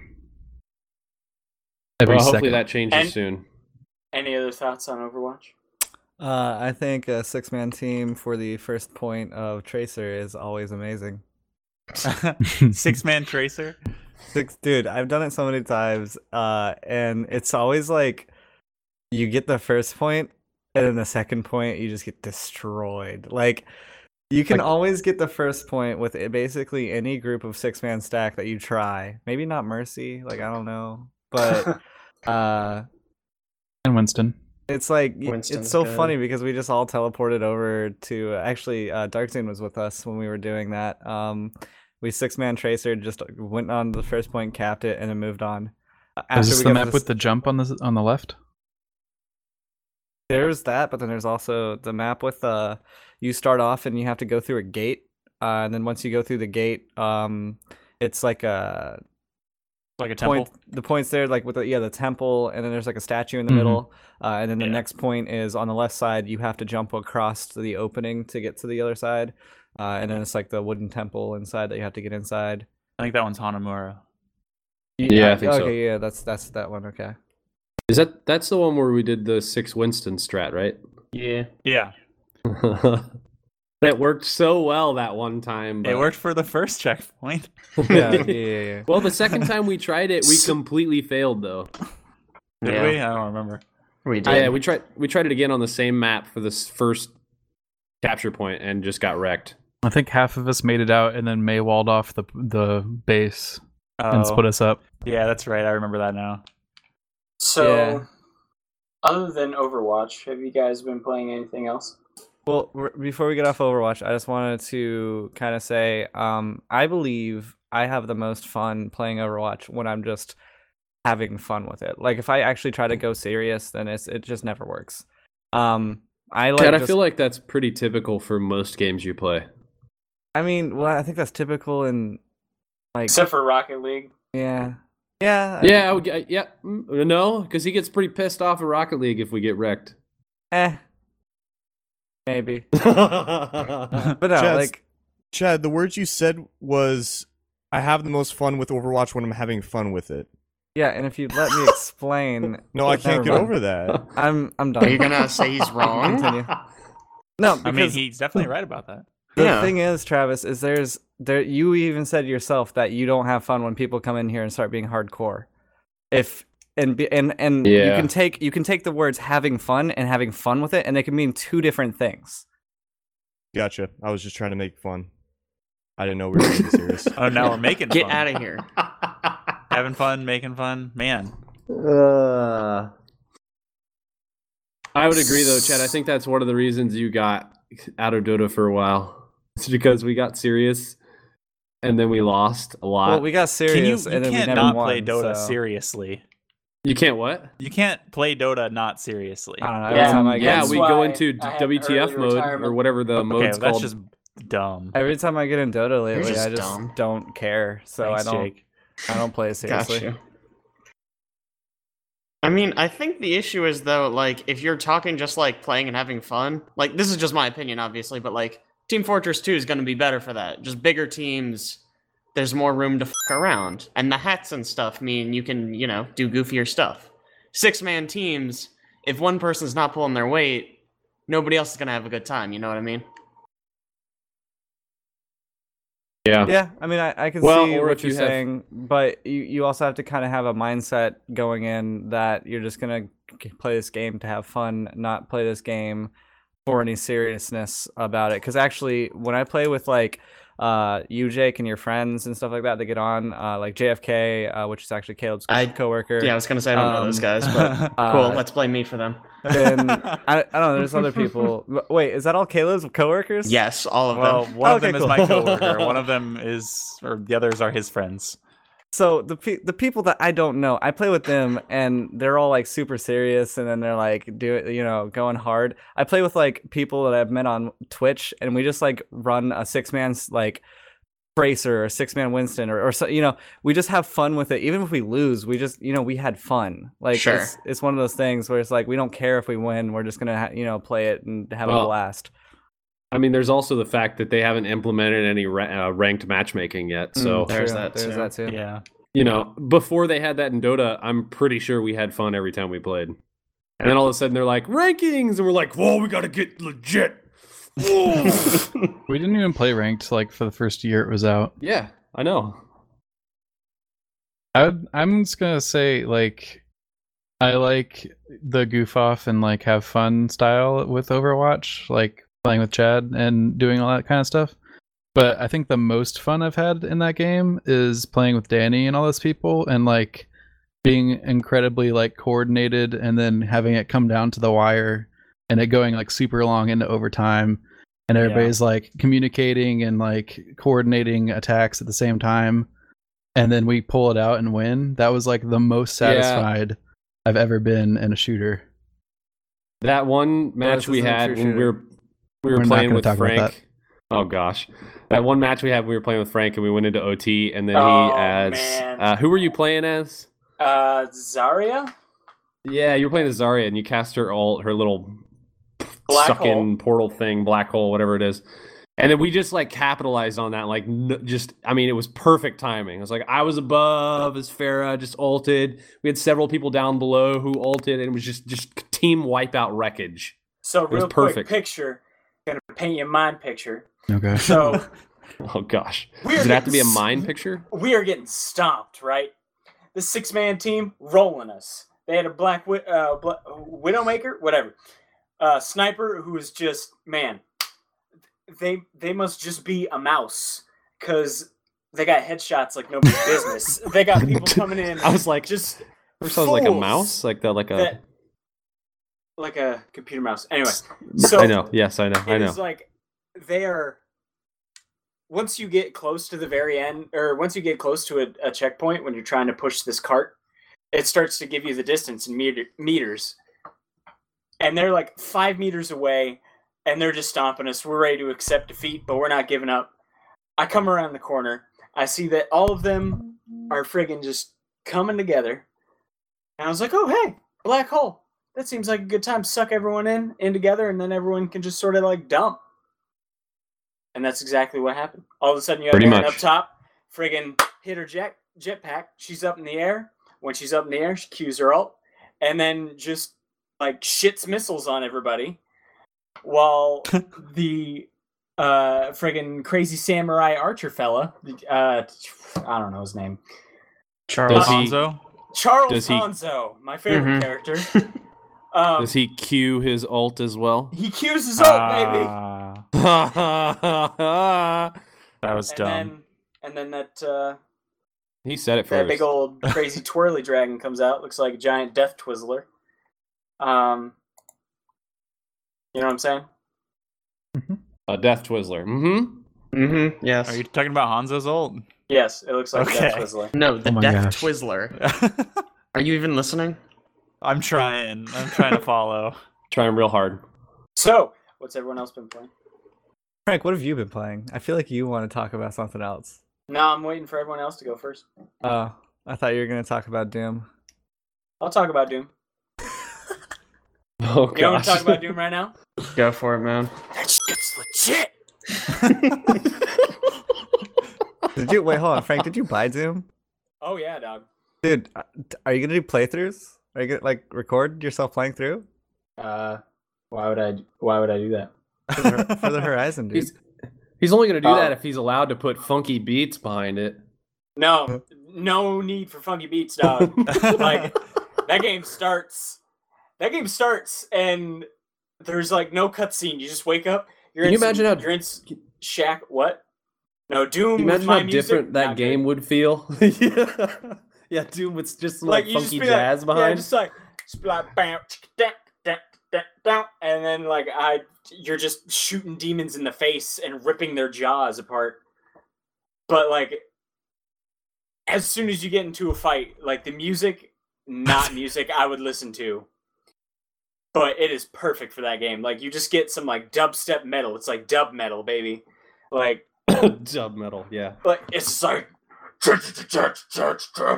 Speaker 6: Every
Speaker 2: Well, hopefully
Speaker 6: second.
Speaker 2: that changes
Speaker 5: And-
Speaker 2: soon.
Speaker 5: Any other thoughts on Overwatch?
Speaker 1: Uh, I think a six man team for the first point of Tracer is always amazing.
Speaker 3: Six man Tracer.
Speaker 1: Six, dude, I've done it so many times, uh, and it's always like you get the first point, and then the second point you just get destroyed. Like you can
Speaker 6: Like-
Speaker 1: always get the first point with it- basically any group of six man stack that you try. Maybe not Mercy, like I don't know, but uh,
Speaker 6: and Winston.
Speaker 1: it's like y- it's
Speaker 4: Winston's
Speaker 1: so
Speaker 4: good.
Speaker 1: funny because we just all teleported over to actually uh, Darkzone was with us when we were doing that. Um, we six man tracer just uh, went on the first point, capped it, and then moved on. Uh,
Speaker 6: Is this
Speaker 1: we
Speaker 6: the
Speaker 1: got
Speaker 6: map
Speaker 1: this-
Speaker 6: with the jump on the s- on the left?
Speaker 1: there's that, but then there's also the map with uh you start off and you have to go through a gate, uh, and then once you go through the gate, um, it's like a
Speaker 3: Like a temple.
Speaker 1: point. The points there, like with the, yeah, the temple, and then there's like a statue in the
Speaker 6: Mhm.
Speaker 1: middle, uh, and then the
Speaker 3: Mm-hmm. Yeah.
Speaker 1: next point is on the left side. You have to jump across to the opening to get to the other side, uh, and then it's like the wooden temple inside that you have to get inside.
Speaker 3: I think that one's Hanamura.
Speaker 1: You-
Speaker 2: Yeah, I
Speaker 1: uh,
Speaker 2: think so.
Speaker 1: okay, yeah, that's that's that one. Okay,
Speaker 2: Is that that's the one where we did the six Winston strat, right?
Speaker 4: Yeah.
Speaker 3: Yeah,
Speaker 2: that worked so well that one time.
Speaker 3: it
Speaker 2: but-
Speaker 3: worked for the first checkpoint.
Speaker 1: yeah, yeah, yeah, yeah.
Speaker 2: Well, the second time we tried it, we completely failed though.
Speaker 3: Did
Speaker 4: Yeah.
Speaker 3: we? I don't remember.
Speaker 4: We did.
Speaker 2: Yeah, uh, we tried we tried it again on the same map for this first capture point and just got wrecked.
Speaker 6: I think half of us made it out, and then May walled off the the base
Speaker 3: Oh,
Speaker 6: and split us up.
Speaker 3: Yeah, that's right. I remember that now.
Speaker 5: So,
Speaker 1: Yeah.
Speaker 5: other than Overwatch, have you guys been playing anything else?
Speaker 1: Well, r- before we get off Overwatch, I just wanted to kind of say um, I believe I have the most fun playing Overwatch when I'm just having fun with it. Like if I actually try to go serious, then it's it just never works. Um, I like.
Speaker 2: Chad, I
Speaker 1: just-
Speaker 2: feel like that's pretty typical for most games you play.
Speaker 1: I mean, well, I think that's typical in like
Speaker 5: Except for Rocket League.
Speaker 1: yeah, yeah, I-
Speaker 2: Yeah, I would g- I- yeah, mm, no, because he gets pretty pissed off at Rocket League if we get wrecked.
Speaker 1: eh, maybe.
Speaker 2: yeah,
Speaker 1: But no,
Speaker 7: Just-
Speaker 1: like
Speaker 7: Chad, the words you said was, "I have the most fun with Overwatch when I'm having fun with it."
Speaker 1: yeah, and if you let me explain,
Speaker 7: No, I
Speaker 1: Never
Speaker 7: can't get
Speaker 1: mind.
Speaker 7: over that.
Speaker 1: I'm I'm done.
Speaker 4: Are you gonna say he's wrong?
Speaker 1: Continue. No,
Speaker 3: I mean,
Speaker 1: because
Speaker 3: he's definitely right about that.
Speaker 1: the
Speaker 4: Yeah.
Speaker 1: thing is, Travis, is there's there. You even said yourself that you don't have fun when people come in here and start being hardcore. If and be, and and you
Speaker 8: Yeah.
Speaker 1: can take you can take the words having fun and having fun with it, and they can mean two different things.
Speaker 7: Gotcha. I was just trying to make fun. I didn't know we were being serious.
Speaker 3: Oh, now we're making
Speaker 4: Get
Speaker 3: fun.
Speaker 4: out of here.
Speaker 3: having fun, making fun, man.
Speaker 1: Uh,
Speaker 2: I would agree though, Chad. I think that's one of the reasons you got out of Dota for a while. It's because we got serious and then we lost a lot.
Speaker 1: well, we got
Speaker 3: Can you,
Speaker 1: serious,
Speaker 3: you
Speaker 1: and then we
Speaker 3: can't
Speaker 1: never
Speaker 3: not
Speaker 1: won,
Speaker 3: play Dota
Speaker 1: so-
Speaker 3: seriously.
Speaker 2: you can't what?
Speaker 3: You can't play Dota not seriously.
Speaker 1: I don't know. Every
Speaker 5: Yeah,
Speaker 1: time I get
Speaker 2: Um, yeah,
Speaker 5: that's
Speaker 2: we
Speaker 5: why
Speaker 2: go into
Speaker 5: I had
Speaker 2: WTF
Speaker 5: early
Speaker 2: mode or
Speaker 5: retirement.
Speaker 2: whatever the
Speaker 3: okay,
Speaker 2: mode's
Speaker 3: that's
Speaker 2: called.
Speaker 3: just dumb.
Speaker 1: Every time I get in Dota lately,
Speaker 4: just
Speaker 1: I just
Speaker 4: dumb.
Speaker 1: don't care. So
Speaker 3: Thanks,
Speaker 1: I don't.
Speaker 3: Jake.
Speaker 1: I don't play it seriously.
Speaker 4: Gotcha. I mean, I think the issue is though, like, if you're talking just like playing and having fun, like, this is just my opinion, obviously, but like, Team Fortress 2 is going to be better for that. Just bigger teams, there's more room to fuck around. And the hats and stuff mean you can, you know, do goofier stuff. Six man teams, if one person's not pulling their weight, nobody else is going to have a good time. You know what I mean?
Speaker 2: yeah.
Speaker 1: Yeah, I mean, I, I can
Speaker 2: Well,
Speaker 1: see
Speaker 2: or
Speaker 1: what
Speaker 2: if
Speaker 1: you're
Speaker 2: you have-
Speaker 1: saying, but you, you also have to kind of have a mindset going in that you're just gonna g- play this game to have fun, not play this game for any seriousness about it. Because actually, when I play with like uh, you, Jake, and your friends and stuff like that, they get on uh, like JFK, uh, which is actually Caleb's co-
Speaker 4: I-
Speaker 1: coworker.
Speaker 4: Yeah, I was going to say I don't know those
Speaker 1: Um,
Speaker 4: guys, but cool.
Speaker 1: uh,
Speaker 4: let's blame me for them.
Speaker 1: then I, I don't know. There's other people. W- Wait, is that all Caleb's coworkers?
Speaker 4: Yes, all of
Speaker 3: well,
Speaker 4: them.
Speaker 3: one of
Speaker 1: Okay,
Speaker 3: them is my
Speaker 1: cool.
Speaker 3: coworker. one of them is, or the others are his friends.
Speaker 1: So the pe- the people that I don't know, I play with them, and they're all like super serious, and then they're like do you know going hard. I play with like people that I've met on Twitch, and we just like run a six man like bracer or six man Winston or or so you know we just have fun with it. Even if we lose, we just you know we had fun. Like
Speaker 4: Sure.
Speaker 1: it's it's one of those things where it's like we don't care if we win. We're just gonna ha- you know play it and have a
Speaker 2: Well,
Speaker 1: blast.
Speaker 2: I mean, there's also the fact that they haven't implemented any ra- uh, ranked matchmaking yet. So
Speaker 1: Mm,
Speaker 4: There's
Speaker 1: true.
Speaker 4: that
Speaker 1: There's
Speaker 4: too.
Speaker 1: that too.
Speaker 3: Yeah.
Speaker 2: you know, before they had that in Dota, I'm pretty sure we had fun every time we played. And then all of a sudden they're like rankings, and we're like, whoa, we gotta get legit. Whoa.
Speaker 6: We didn't even play ranked like for the first year it was out.
Speaker 2: yeah, I know.
Speaker 6: I would, I'm just gonna say like I like the goof off and like have fun style with Overwatch, like playing with Chad and doing all that kind of stuff. But I think the most fun I've had in that game is playing with Danny and all those people and like being incredibly like coordinated and then having it come down to the wire and it going like super long into overtime and
Speaker 3: Yeah.
Speaker 6: everybody's like communicating and like coordinating attacks at the same time and then we pull it out and win. That was like the most
Speaker 2: Yeah.
Speaker 6: satisfied I've ever been in a shooter.
Speaker 2: That one match
Speaker 1: this
Speaker 2: we
Speaker 1: isn't a
Speaker 2: had
Speaker 1: true
Speaker 2: when we were we were,
Speaker 6: We're not
Speaker 2: playing
Speaker 6: gonna
Speaker 2: with
Speaker 6: talk about
Speaker 2: Frank. Oh gosh, that one match we had we were playing with Frank and we went into OT and then he
Speaker 5: Oh,
Speaker 2: adds
Speaker 5: man.
Speaker 2: uh, who were you playing as?
Speaker 5: Uh, Zarya?
Speaker 2: Yeah, you were playing as Zarya and you cast her all her little
Speaker 5: Black
Speaker 2: sucking
Speaker 5: hole.
Speaker 2: portal thing, black hole, whatever it is. And then we just like capitalized on that, like n- just I mean, it was perfect timing. It was like I was above as Farah just ulted. We had several people down below who ulted, and it was just just team wipeout wreckage.
Speaker 5: So
Speaker 2: It was
Speaker 5: real quick
Speaker 2: perfect.
Speaker 5: picture. Gonna paint you a mind picture.
Speaker 6: Okay.
Speaker 5: So
Speaker 2: Oh gosh,
Speaker 5: We're
Speaker 2: does it have to be a
Speaker 5: getting s-
Speaker 2: mine picture?
Speaker 5: we are getting stomped, right? The six man team rolling us. They had a black wi- uh, bla- widowmaker, whatever, uh, sniper who was just man. They they must just be a mouse because they got headshots like nobody's business. They got people coming in.
Speaker 2: I was like, just
Speaker 5: just
Speaker 2: first I was like a
Speaker 5: fools
Speaker 2: mouse, like the like a.
Speaker 5: that- like a computer mouse. Anyway, so
Speaker 2: I know. Yes, I know. I
Speaker 5: it
Speaker 2: know.
Speaker 5: is like they are once you get close to the very end or once you get close to a, a checkpoint when you're trying to push this cart it starts to give you the distance in meter, meters and they're like five meters away and they're just stomping us we're ready to accept defeat but we're not giving up i come around the corner i see that all of them are friggin just coming together and i was like oh hey black hole that seems like a good time. Suck everyone in in together, and then everyone can just sort of like dump. And that's exactly what happened. All of a sudden, you have
Speaker 2: Pretty
Speaker 5: Aaron
Speaker 2: much.
Speaker 5: up top, friggin' hit her jet jetpack. She's up in the air. When she's up in the air, she cues her ult, and then just like shits missiles on everybody. while the uh friggin' crazy samurai archer fella, uh, I don't know his name,
Speaker 3: Does
Speaker 5: Charles
Speaker 3: he-
Speaker 5: Charles
Speaker 2: Does he-
Speaker 5: Hanzo, my favorite
Speaker 4: Mhm.
Speaker 5: character. Um,
Speaker 2: Does he cue his alt as well?
Speaker 5: he cues his own baby.
Speaker 3: Ah,
Speaker 2: he
Speaker 3: That was
Speaker 5: and
Speaker 3: dumb.
Speaker 5: then and then that uh,
Speaker 2: said it
Speaker 5: that
Speaker 2: first.
Speaker 5: big old crazy twirly dragon comes out. Looks like a giant death twizzler. Um, you know what I'm saying?
Speaker 2: A uh, death Twizzler. Mm-hmm.
Speaker 4: Mm-hmm. Yes.
Speaker 3: Are you talking about Hanzo's old?
Speaker 5: Yes, it looks like a death
Speaker 3: Okay.
Speaker 5: twizzler.
Speaker 4: No, the
Speaker 6: Oh my
Speaker 4: Death
Speaker 6: gosh.
Speaker 4: Twizzler. Are you even listening?
Speaker 3: I'm trying. I'm trying to follow.
Speaker 2: Trying real hard.
Speaker 5: So, what's everyone else been playing?
Speaker 1: Frank, what have you been playing? I feel like you want to talk about something else.
Speaker 5: No, I'm waiting for everyone else to go first.
Speaker 1: Oh, I thought you were going to talk about Doom.
Speaker 5: I'll talk about Doom.
Speaker 2: Oh
Speaker 5: You don't want
Speaker 2: gosh.
Speaker 5: to talk about Doom right now?
Speaker 4: Go for it, man.
Speaker 5: That shit's legit.
Speaker 1: Did you wait? Hold on, Frank. Did you buy Doom?
Speaker 5: Oh yeah, dog.
Speaker 1: Dude, uh, d- are you gonna do playthroughs? Are you gonna like record yourself playing through
Speaker 5: Uh, why would I? Why would I do that?
Speaker 1: for the, hor- for the Horizon, dude?
Speaker 2: He's- He's only going to do that
Speaker 5: Oh.
Speaker 2: if he's allowed to put funky beats behind it.
Speaker 5: No, no need for funky beats, dog. uh, like that game starts. That game starts, and there's like no cutscene. You just wake up. You're
Speaker 2: Can
Speaker 5: in
Speaker 2: you imagine
Speaker 5: some,
Speaker 2: how-
Speaker 5: you're in s- Shaq? What? No Doom.
Speaker 2: Can you
Speaker 5: with
Speaker 2: imagine
Speaker 5: my
Speaker 2: how
Speaker 5: music?
Speaker 2: different that
Speaker 5: Not good.
Speaker 2: game would feel? yeah. yeah, Doom with just some, like,
Speaker 5: you
Speaker 2: funky
Speaker 5: be
Speaker 2: jazz
Speaker 5: like, Yeah,
Speaker 2: behind.
Speaker 5: just like splat bam, chick, dunk, dunk, dunk, dunk, and then like I, you're just shooting demons in the face and ripping their jaws apart. But like, as soon as you get into a fight, like the music, not music I would listen to. But it is perfect for that game. Like you just get some like dubstep metal. It's like dub metal, baby. Like
Speaker 2: Dub metal, yeah.
Speaker 5: but it's just like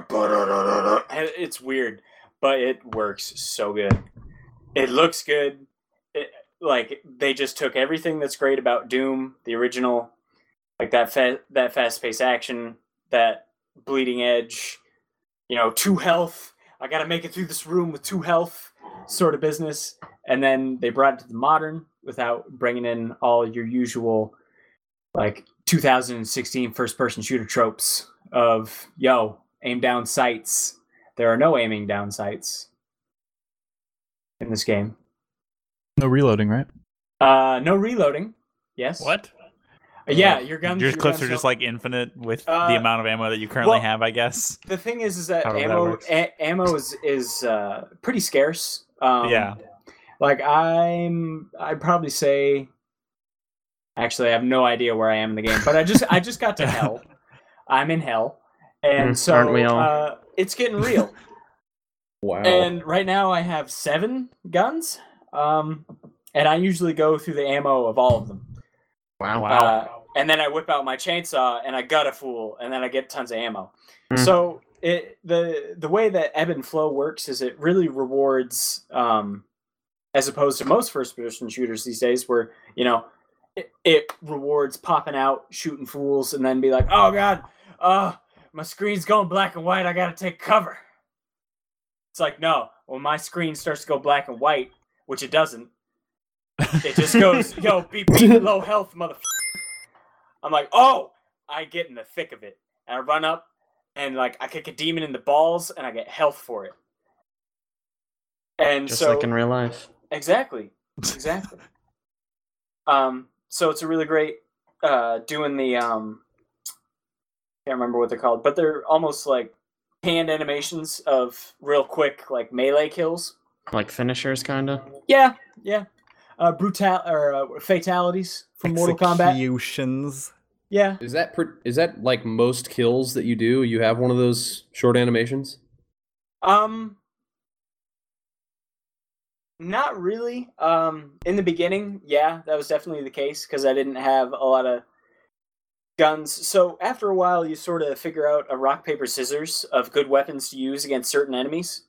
Speaker 5: and it's weird, but it works so good. It looks good. It, like they just took everything that's great about Doom, the original, like that fa- that fast paced action, that bleeding edge, you know, two health. I gotta make it through this room with two health, sort of business. And then they brought it to the modern without bringing in all your usual like 2016 first person shooter tropes of yo aim down sights there are no aiming down sights in this game
Speaker 6: No reloading, right?
Speaker 5: uh no reloading yes
Speaker 3: what?
Speaker 5: Uh, yeah your guns
Speaker 3: Oh. Your clips
Speaker 5: guns
Speaker 3: are just
Speaker 5: don't-
Speaker 3: like infinite with
Speaker 5: Uh,
Speaker 3: the amount of ammo that you currently
Speaker 5: well-
Speaker 3: have, I guess.
Speaker 5: the thing is is that
Speaker 3: However that
Speaker 5: ammo
Speaker 3: works.
Speaker 5: a- ammo is is uh pretty scarce um
Speaker 3: Yeah.
Speaker 5: like i'm i'd probably say actually i have no idea where i am in the game but i just i just got to hell i'm in hell and
Speaker 4: Mm,
Speaker 5: so
Speaker 4: aren't we all?
Speaker 5: uh it's getting real
Speaker 2: Wow.
Speaker 5: and right now I have seven guns, um, and I usually go through the ammo of all of them.
Speaker 4: Wow.
Speaker 5: Uh, and then I whip out my chainsaw and I gut a fool, and then I get tons of ammo.
Speaker 4: Mm.
Speaker 5: So it the the way that ebb and flow works is it really rewards, um, as opposed to most first person shooters these days, where you know it, it rewards popping out, shooting fools, and then be like, oh god, uh, my screen's going black and white. I gotta take cover. It's like no, when my screen starts to go black and white, which it doesn't. It just goes, yo, beep, beep, low health, motherfucker. I'm like, oh, I get in the thick of it. And I run up and like I kick a demon in the balls and I get health for it. And
Speaker 4: Just
Speaker 5: so
Speaker 4: like in real life.
Speaker 5: exactly, exactly. um, so it's a really great uh, doing the um, can't remember what they're called, but they're almost like hand animations of real quick like melee kills.
Speaker 4: Like finishers, kinda.
Speaker 5: Yeah, yeah. Uh, brutal or uh, fatalities from Mortal Kombat.
Speaker 1: Executions.
Speaker 5: Yeah,
Speaker 2: Is that per- is that like most kills that you do? You have one of those short animations.
Speaker 5: Um, not really. Um, in the beginning, yeah, that was definitely the case because I didn't have a lot of guns. So after a while, you sort of figure out a rock paper scissors of good weapons to use against certain enemies.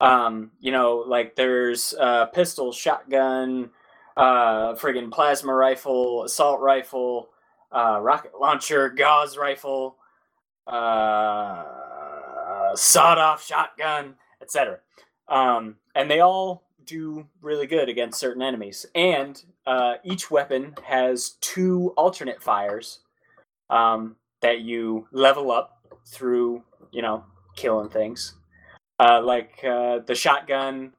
Speaker 5: Um, you know, like there's uh, pistol, shotgun, uh, friggin' plasma rifle, assault rifle, uh, rocket launcher, gauze rifle uh, sawed off shotgun, etc. Um, and they all do really good against certain enemies. And uh, each weapon has two alternate fires um, that you level up through, you know, killing things. Uh, like uh, the shotgun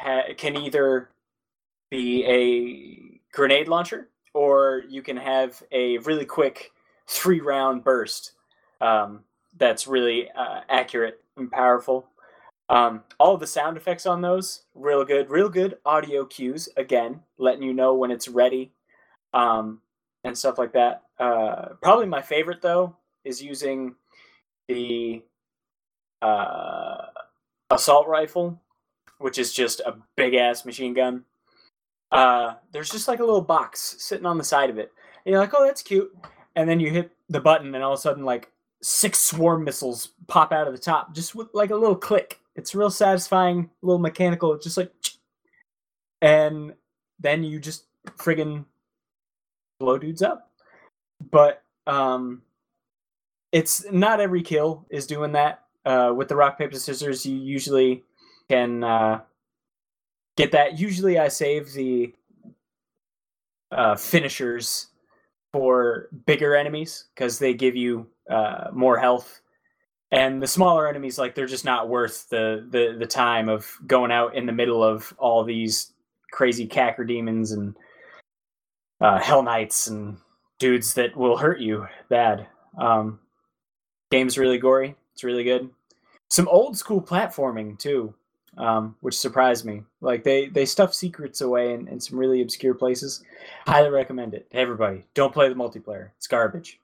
Speaker 5: ha- can either be a grenade launcher, or you can have a really quick three round burst um, that's really uh, accurate and powerful. Um, all the sound effects on those, real good, real good audio cues, again, letting you know when it's ready um, and stuff like that. Uh, probably my favorite, though, is using the uh, assault rifle, which is just a big ass machine gun. Uh, there's just like a little box sitting on the side of it. And you're like, oh, that's cute. And then you hit the button, and all of a sudden, like six swarm missiles pop out of the top, just with like a little click. It's real satisfying, little mechanical, just like. And then you just friggin' blow dudes up. But um, it's not every kill is doing that. Uh, with the rock paper scissors, you usually can uh, get that. Usually, I save the uh, finishers for bigger enemies because they give you uh, more health. And the smaller enemies, like they're just not worth the, the the time of going out in the middle of all these crazy cacker demons and uh, hell knights and dudes that will hurt you bad. Um, game's really gory. It's really good. Some old school platforming too, um, which surprised me. Like they they stuff secrets away in, in some really obscure places. Highly recommend it. Everybody, don't play the multiplayer. It's garbage.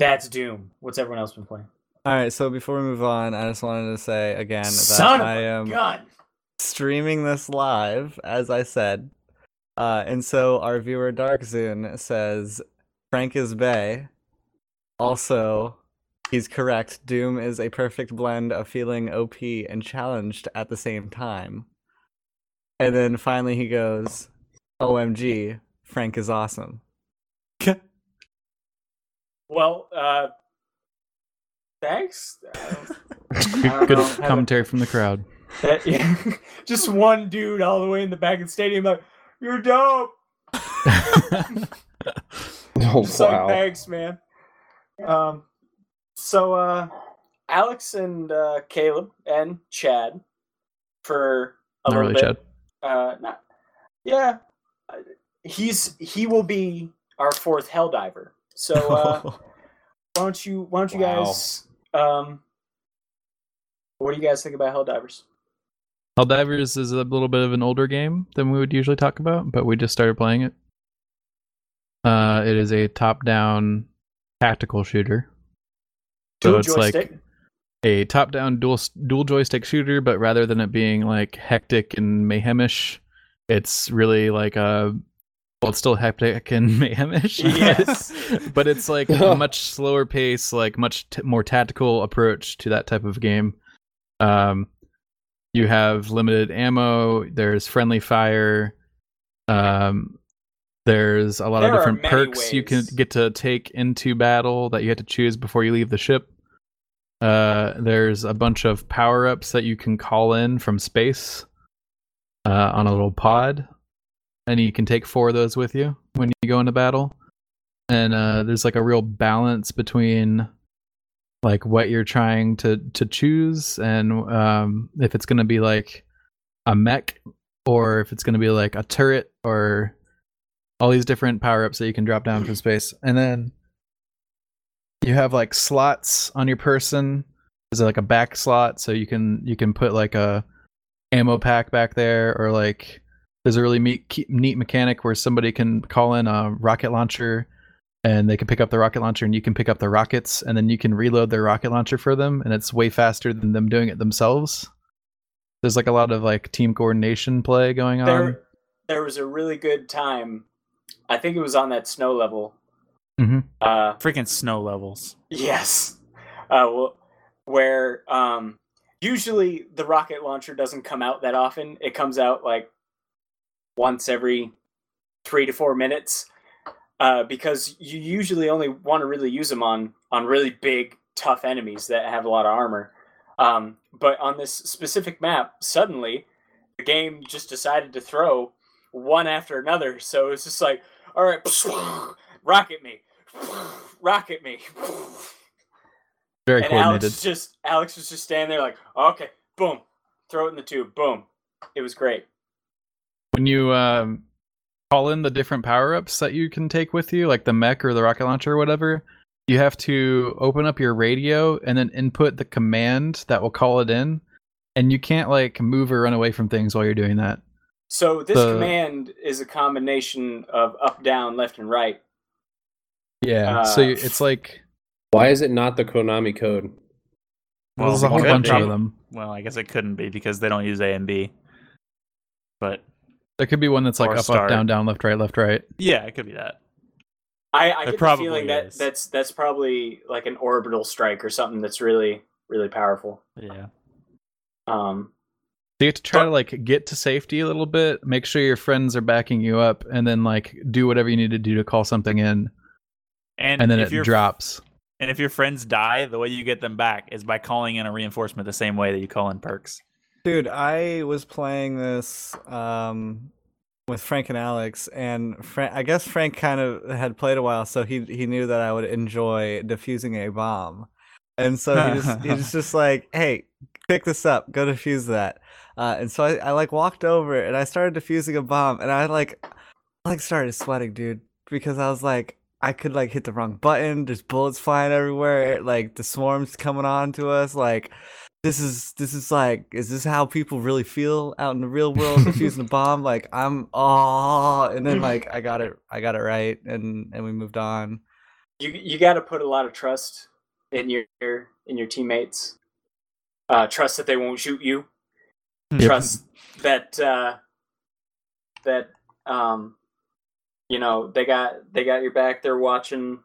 Speaker 5: That's Doom. What's everyone else been playing?
Speaker 1: All right, so before we move on, I just wanted to say again that
Speaker 5: Son of
Speaker 1: I
Speaker 5: a
Speaker 6: Um,
Speaker 1: am
Speaker 5: gun.
Speaker 1: streaming this live, as I said. Uh, and so our viewer Darkzoon says, Frank is Bay. Also, he's correct. Doom is a perfect blend of feeling OP and challenged at the same time. And then finally he goes, OMG, Frank is awesome.
Speaker 5: Well, uh, thanks. I don't- I
Speaker 6: Good,
Speaker 5: don't
Speaker 6: good
Speaker 5: know how to-
Speaker 6: commentary from the crowd.
Speaker 5: That- yeah. Just one dude all the way in the back of the stadium, like, you're dope.
Speaker 8: Oh,
Speaker 5: Just like,
Speaker 8: wow.
Speaker 5: thanks, man. Um, so, uh, Alex and uh, Caleb and Chad for a
Speaker 6: Not
Speaker 5: little
Speaker 6: really,
Speaker 5: bit.
Speaker 6: Chad.
Speaker 5: Uh, not, yeah, Uh, he's he will be our fourth hell diver. So uh, why don't you why don't you
Speaker 8: Wow.
Speaker 5: guys um, what do you guys think about hell divers?
Speaker 6: Helldivers is a little bit of an older game than we would usually talk about, but we just started playing it. Uh, it is a top-down tactical shooter. So it's like a top-down dual dual joystick shooter, but rather than it being like hectic and mayhemish, it's really like a well, it's still hectic and mayhemish.
Speaker 5: Yes.
Speaker 6: but it's like a much slower pace, like much t- more tactical approach to that type of game. Um, you have limited ammo. There's friendly fire. Um, there's a lot
Speaker 5: There
Speaker 6: of
Speaker 5: are
Speaker 6: different
Speaker 5: many
Speaker 6: perks you can
Speaker 5: ways.
Speaker 6: get to take into battle that you have to choose before you leave the ship. Uh, there's a bunch of power ups that you can call in from space uh, on a little pod, and you can take four of those with you when you go into battle. And uh, there's like a real balance between like what you're trying to to choose and um, if it's going to be like a mech or if it's going to be like a turret or all these different power ups that you can drop down from space. And then you have like slots on your person. There's like a back slot, so you can you can put like a ammo pack back there, or like there's a really meat, ke- neat mechanic where somebody can call in a rocket launcher, and they can pick up the rocket launcher, and you can pick up the rockets, and then you can reload their rocket launcher for them, and it's way faster than them doing it themselves. There's like a lot of like team coordination play going on.
Speaker 5: there there was a really good time. I think it was on that snow level.
Speaker 6: Mhm.
Speaker 5: Uh,
Speaker 3: Freaking snow levels.
Speaker 5: Yes. Uh, well, where um, usually the rocket launcher doesn't come out that often. It comes out like once every three to four minutes uh, because you usually only want to really use them on, on really big, tough enemies that have a lot of armor. Um, but on this specific map, suddenly the game just decided to throw one after another. So it's just like, all right, rocket me, rocket me.
Speaker 6: Very
Speaker 5: and
Speaker 6: coordinated.
Speaker 5: Alex just Alex was just standing there like, okay, boom, throw it in the tube, boom. It was great.
Speaker 6: when you um, call in the different power ups that you can take with you, like the mech or the rocket launcher or whatever, you have to open up your radio and then input the command that will call it in. And you can't like move or run away from things while you're doing that.
Speaker 5: So this
Speaker 6: The-
Speaker 5: command is a combination of up, down, left, and right.
Speaker 3: Uh,
Speaker 6: Yeah. so
Speaker 5: Ah.
Speaker 6: you, it's like
Speaker 2: Why is it not the Konami code?
Speaker 3: Well,
Speaker 6: there's a whole
Speaker 3: could
Speaker 6: bunch
Speaker 3: be.
Speaker 6: of them.
Speaker 3: Well, I guess it couldn't be because they don't use A and B. But
Speaker 6: There could be one that's like
Speaker 3: Or
Speaker 6: up, up,
Speaker 3: start.
Speaker 6: down, down, left, right, left, right.
Speaker 3: yeah, it could be that.
Speaker 5: I, I
Speaker 3: There
Speaker 5: get the
Speaker 3: probably
Speaker 5: feeling that
Speaker 3: is.
Speaker 5: that's that's probably like an orbital strike or something that's really really powerful.
Speaker 3: Yeah.
Speaker 5: Um,
Speaker 6: So you have to try to like get to safety a little bit, make sure your friends are backing you up, and then like do whatever you need to do to call something in,
Speaker 3: And,
Speaker 6: and then
Speaker 3: if
Speaker 6: it
Speaker 3: your-
Speaker 6: drops.
Speaker 3: And if your friends die, the way you get them back is by calling in a reinforcement the same way that you call in perks.
Speaker 1: Dude, I was playing this um, with Frank and Alex, and Frank, I guess Frank kind of had played a while, so he he knew that I would enjoy defusing a bomb, and so he just he was just like, "Hey, pick this up, go defuse that." Uh, and so I, I like walked over and I started defusing a bomb, and I like I, like started sweating, dude, because I was like. I could like hit the wrong button. There's bullets flying everywhere. Like the swarms coming on to us. Like this is this is like is this how people really feel out in the real world defusing a bomb like i'm oh and
Speaker 5: Mm-hmm.
Speaker 1: then like i got it i got it right and and we moved on
Speaker 5: you you got to put a lot of trust in your in your teammates. Uh, trust that they won't shoot you.
Speaker 6: Yep.
Speaker 5: Trust that uh, that um, you know they got they got your back. They're watching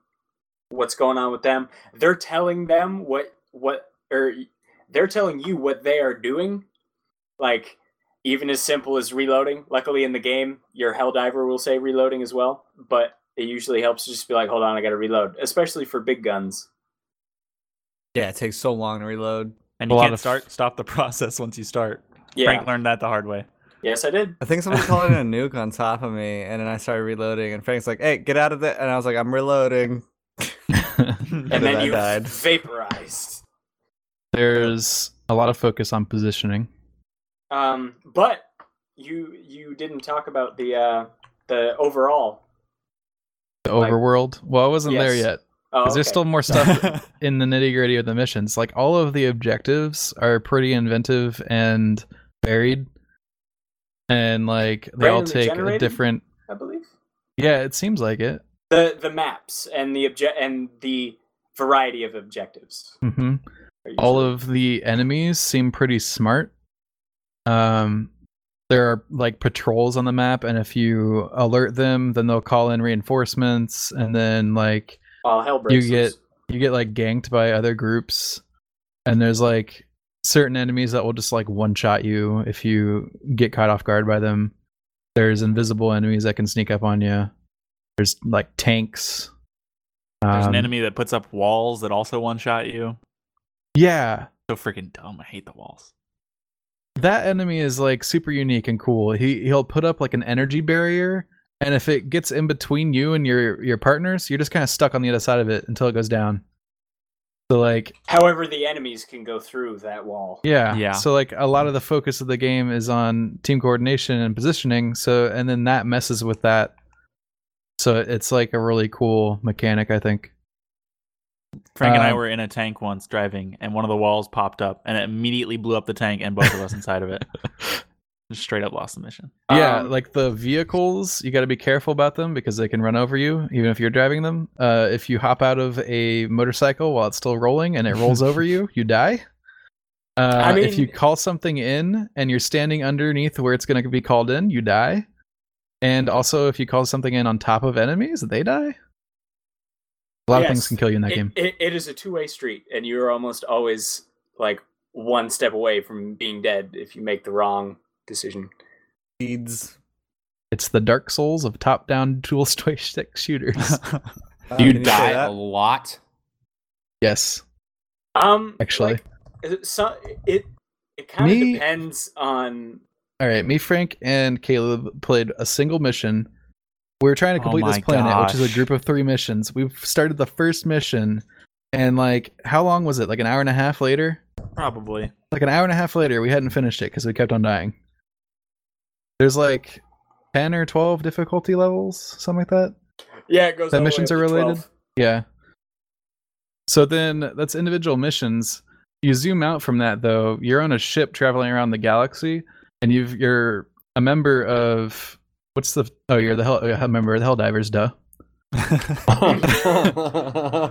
Speaker 5: what's going on with them. They're telling them what what or they're telling you what they are doing. Like even as simple as reloading. Luckily in the game, your Helldiver will say reloading as well, but it usually helps to just be like, hold on, I gotta reload, especially for big guns.
Speaker 1: yeah it takes so long to reload
Speaker 3: And
Speaker 6: A
Speaker 3: you
Speaker 6: lot
Speaker 3: can't
Speaker 6: of-
Speaker 3: start stop the process once you start.
Speaker 5: Yeah.
Speaker 3: Frank learned that the hard way.
Speaker 5: Yes, I did.
Speaker 1: i think somebody called in a nuke on top of me and then i started reloading and frank's like hey get out of there and i was like i'm reloading
Speaker 5: And
Speaker 1: then
Speaker 5: then
Speaker 1: I
Speaker 5: you
Speaker 1: died.
Speaker 5: vaporized.
Speaker 6: There's a lot of focus on positioning.
Speaker 5: Um, but you you didn't talk about the uh, the overall.
Speaker 6: The
Speaker 5: Like-
Speaker 6: overworld. Well, I wasn't there
Speaker 5: Yes.
Speaker 6: yet.
Speaker 5: Oh,
Speaker 6: 'cause There's
Speaker 5: okay.
Speaker 6: still more stuff
Speaker 3: Stuff.
Speaker 6: in the nitty gritty of the missions. Like all of the objectives are pretty inventive and varied, and like they all
Speaker 5: Randomly
Speaker 6: take a
Speaker 5: generated?
Speaker 6: different.
Speaker 5: I believe
Speaker 6: Yeah, it seems like it.
Speaker 5: the the maps and the obje- and the variety of objectives.
Speaker 6: hmm
Speaker 5: are
Speaker 6: all
Speaker 5: usually-
Speaker 6: of the enemies seem pretty smart. Um, there are like patrols on the map, and if you alert them, then they'll call in reinforcements, and then like
Speaker 5: all hell breaks
Speaker 6: get-
Speaker 5: loose.
Speaker 6: you get like ganked by other groups, and there's like certain enemies that will just like one shot you if you get caught off guard by them. There's invisible enemies that can sneak up on you. There's like tanks.
Speaker 3: There's an
Speaker 6: Um,
Speaker 3: enemy that puts up walls that also one shot you.
Speaker 6: Yeah,
Speaker 3: So freaking dumb. I hate the walls.
Speaker 6: that enemy is like super unique and cool. He he'll put up like an energy barrier, and if it gets in between you and your your partners, you're just kind of stuck on the other side of it until it goes down. So like
Speaker 5: However, the enemies can go through that wall.
Speaker 6: yeah
Speaker 3: Yeah.
Speaker 6: So like a lot of the focus of the game is on team coordination and positioning. So and then that messes with that. So it's like a really cool mechanic, I think.
Speaker 3: Frank and I
Speaker 6: Uh,
Speaker 3: were in a tank once driving, and one of the walls popped up, and it immediately blew up the tank and both of us inside of it. Just straight up lost the mission.
Speaker 6: Yeah,
Speaker 5: Um,
Speaker 6: like the vehicles, you got to be careful about them because they can run over you, even if you're driving them. Uh, if you hop out of a motorcycle while it's still rolling and it rolls over you, you die. Uh,
Speaker 5: I
Speaker 6: if you
Speaker 5: mean-
Speaker 6: call something in and you're standing underneath where it's going to be called in, you die. And also, if you call something in on top of enemies, they die. A lot of
Speaker 5: Yes,
Speaker 6: things can kill you in that
Speaker 5: It-
Speaker 6: game.
Speaker 5: it- it is a two way street, and you are almost always like one step away from being dead if you make the wrong decision.
Speaker 1: deeds
Speaker 6: It's the Dark Souls of top-down dual joystick shooters.
Speaker 1: Uh,
Speaker 2: Do you
Speaker 1: can say
Speaker 2: die
Speaker 1: that?
Speaker 2: a lot?
Speaker 6: yes,
Speaker 5: Um,
Speaker 6: actually.
Speaker 5: like, so it it kind of
Speaker 6: Me-
Speaker 5: depends on
Speaker 6: All right, me, Frank, and Caleb played a single mission. We were trying to
Speaker 3: Oh
Speaker 6: complete this
Speaker 3: my
Speaker 6: planet, which is a
Speaker 3: gosh.
Speaker 6: group of three missions. We started the first mission, and like, how long was it? Like an hour and a half later?
Speaker 3: Probably.
Speaker 6: Like an hour and a half later, we hadn't finished it because we kept on dying. There's like 10 or 12 difficulty levels, something like that.
Speaker 5: Yeah, it goes.
Speaker 6: That
Speaker 5: all the way
Speaker 6: missions
Speaker 5: up
Speaker 6: are
Speaker 5: to
Speaker 6: related?
Speaker 5: 12.
Speaker 6: Yeah. So then that's individual missions. You zoom out from that though, you're on a ship traveling around the galaxy and you've you're a member of what's the oh you're the hell a member of the Helldivers, duh.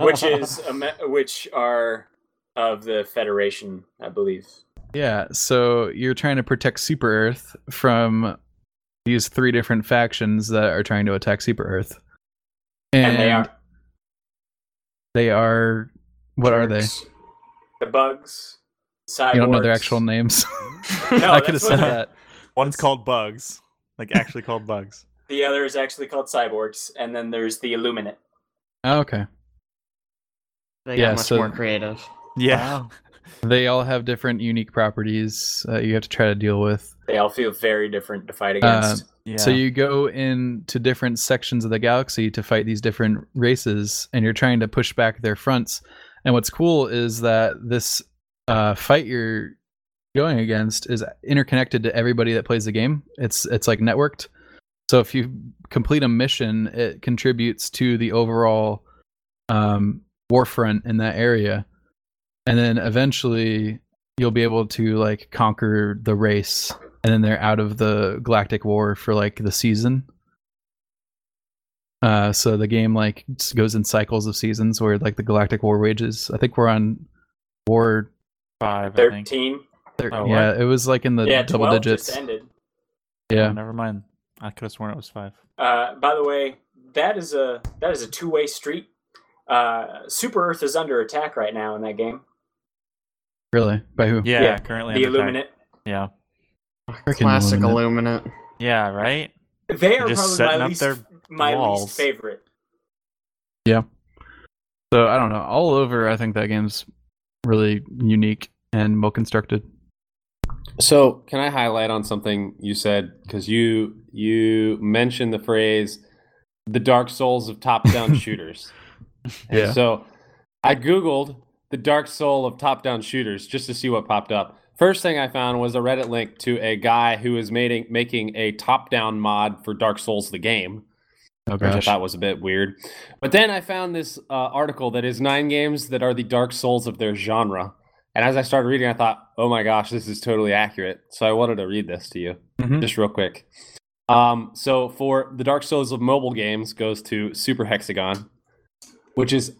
Speaker 5: Which is a me- which are of the Federation, I believe.
Speaker 6: Yeah, so you're trying to protect Super Earth from these three different factions that are trying to attack Super Earth. And,
Speaker 5: And they are-
Speaker 6: they are what are they?
Speaker 5: Turks, The bugs. Cyborgs.
Speaker 6: You don't know their actual names.
Speaker 5: No,
Speaker 6: I could have
Speaker 5: that's what-
Speaker 6: said that.
Speaker 3: One's called Bugs, like actually called Bugs.
Speaker 5: The other is actually called cyborgs, and then there's the Illuminate.
Speaker 6: Oh, okay.
Speaker 4: They
Speaker 6: Yeah,
Speaker 4: got much
Speaker 6: so-
Speaker 4: more creative.
Speaker 3: Yeah.
Speaker 6: They all have different unique properties that you have to try to deal with.
Speaker 5: They all feel very different to
Speaker 6: Uh,
Speaker 5: fight against.
Speaker 3: Yeah.
Speaker 6: So you go into different sections of the galaxy to fight these different races, and you're trying to push back their fronts. And what's cool is that this uh, fight you're going against is interconnected to everybody that plays the game. It's it's like networked. So if you complete a mission, it contributes to the overall um, warfront in that area, and then eventually you'll be able to like conquer the race and then they're out of the galactic war for like the season uh so the game like s- goes in cycles of seasons where like the galactic war wages i think we're on war
Speaker 3: five. I think.
Speaker 5: Thirteen.
Speaker 6: thir-
Speaker 3: Oh, what?
Speaker 6: yeah it was like in the
Speaker 5: yeah,
Speaker 6: double
Speaker 5: 12
Speaker 6: digits
Speaker 5: just ended.
Speaker 3: Oh,
Speaker 6: yeah
Speaker 3: never mind. I could have sworn it was five.
Speaker 5: Uh, by the way, that is a that is a two way street. Uh, Super Earth is under attack right now in that game.
Speaker 6: really by who
Speaker 3: Yeah.
Speaker 5: Yeah,
Speaker 3: Currently.
Speaker 5: the
Speaker 3: under attack.
Speaker 5: Illuminate.
Speaker 3: Yeah.
Speaker 6: Frickin'
Speaker 4: Classic
Speaker 6: Illuminate.
Speaker 4: Illuminate.
Speaker 3: Yeah. Right.
Speaker 5: They are
Speaker 3: They're just
Speaker 5: probably
Speaker 3: setting
Speaker 5: my
Speaker 3: up
Speaker 5: least
Speaker 3: their
Speaker 5: my
Speaker 3: walls.
Speaker 5: least favorite.
Speaker 6: so i don't know all over i think that game's really unique and well constructed
Speaker 2: So, can I highlight on something you said? Because you you mentioned the phrase "the Dark Souls of top-down shooters." And
Speaker 6: Yeah.
Speaker 2: So, I googled the Dark Soul of top-down shooters just to see what popped up. First thing I found was a Reddit link to a guy who is making making a top-down mod for Dark Souls the game
Speaker 6: oh
Speaker 2: which I
Speaker 6: gosh
Speaker 2: thought was a bit weird. But then I found this uh, article that is nine games that are the Dark Souls of their genre. And as I started reading, I thought, oh my gosh, this is totally accurate. So I wanted to read this to you
Speaker 6: Mhm.
Speaker 2: just real quick. Um, so for the Dark Souls of mobile games goes to Super Hexagon, which is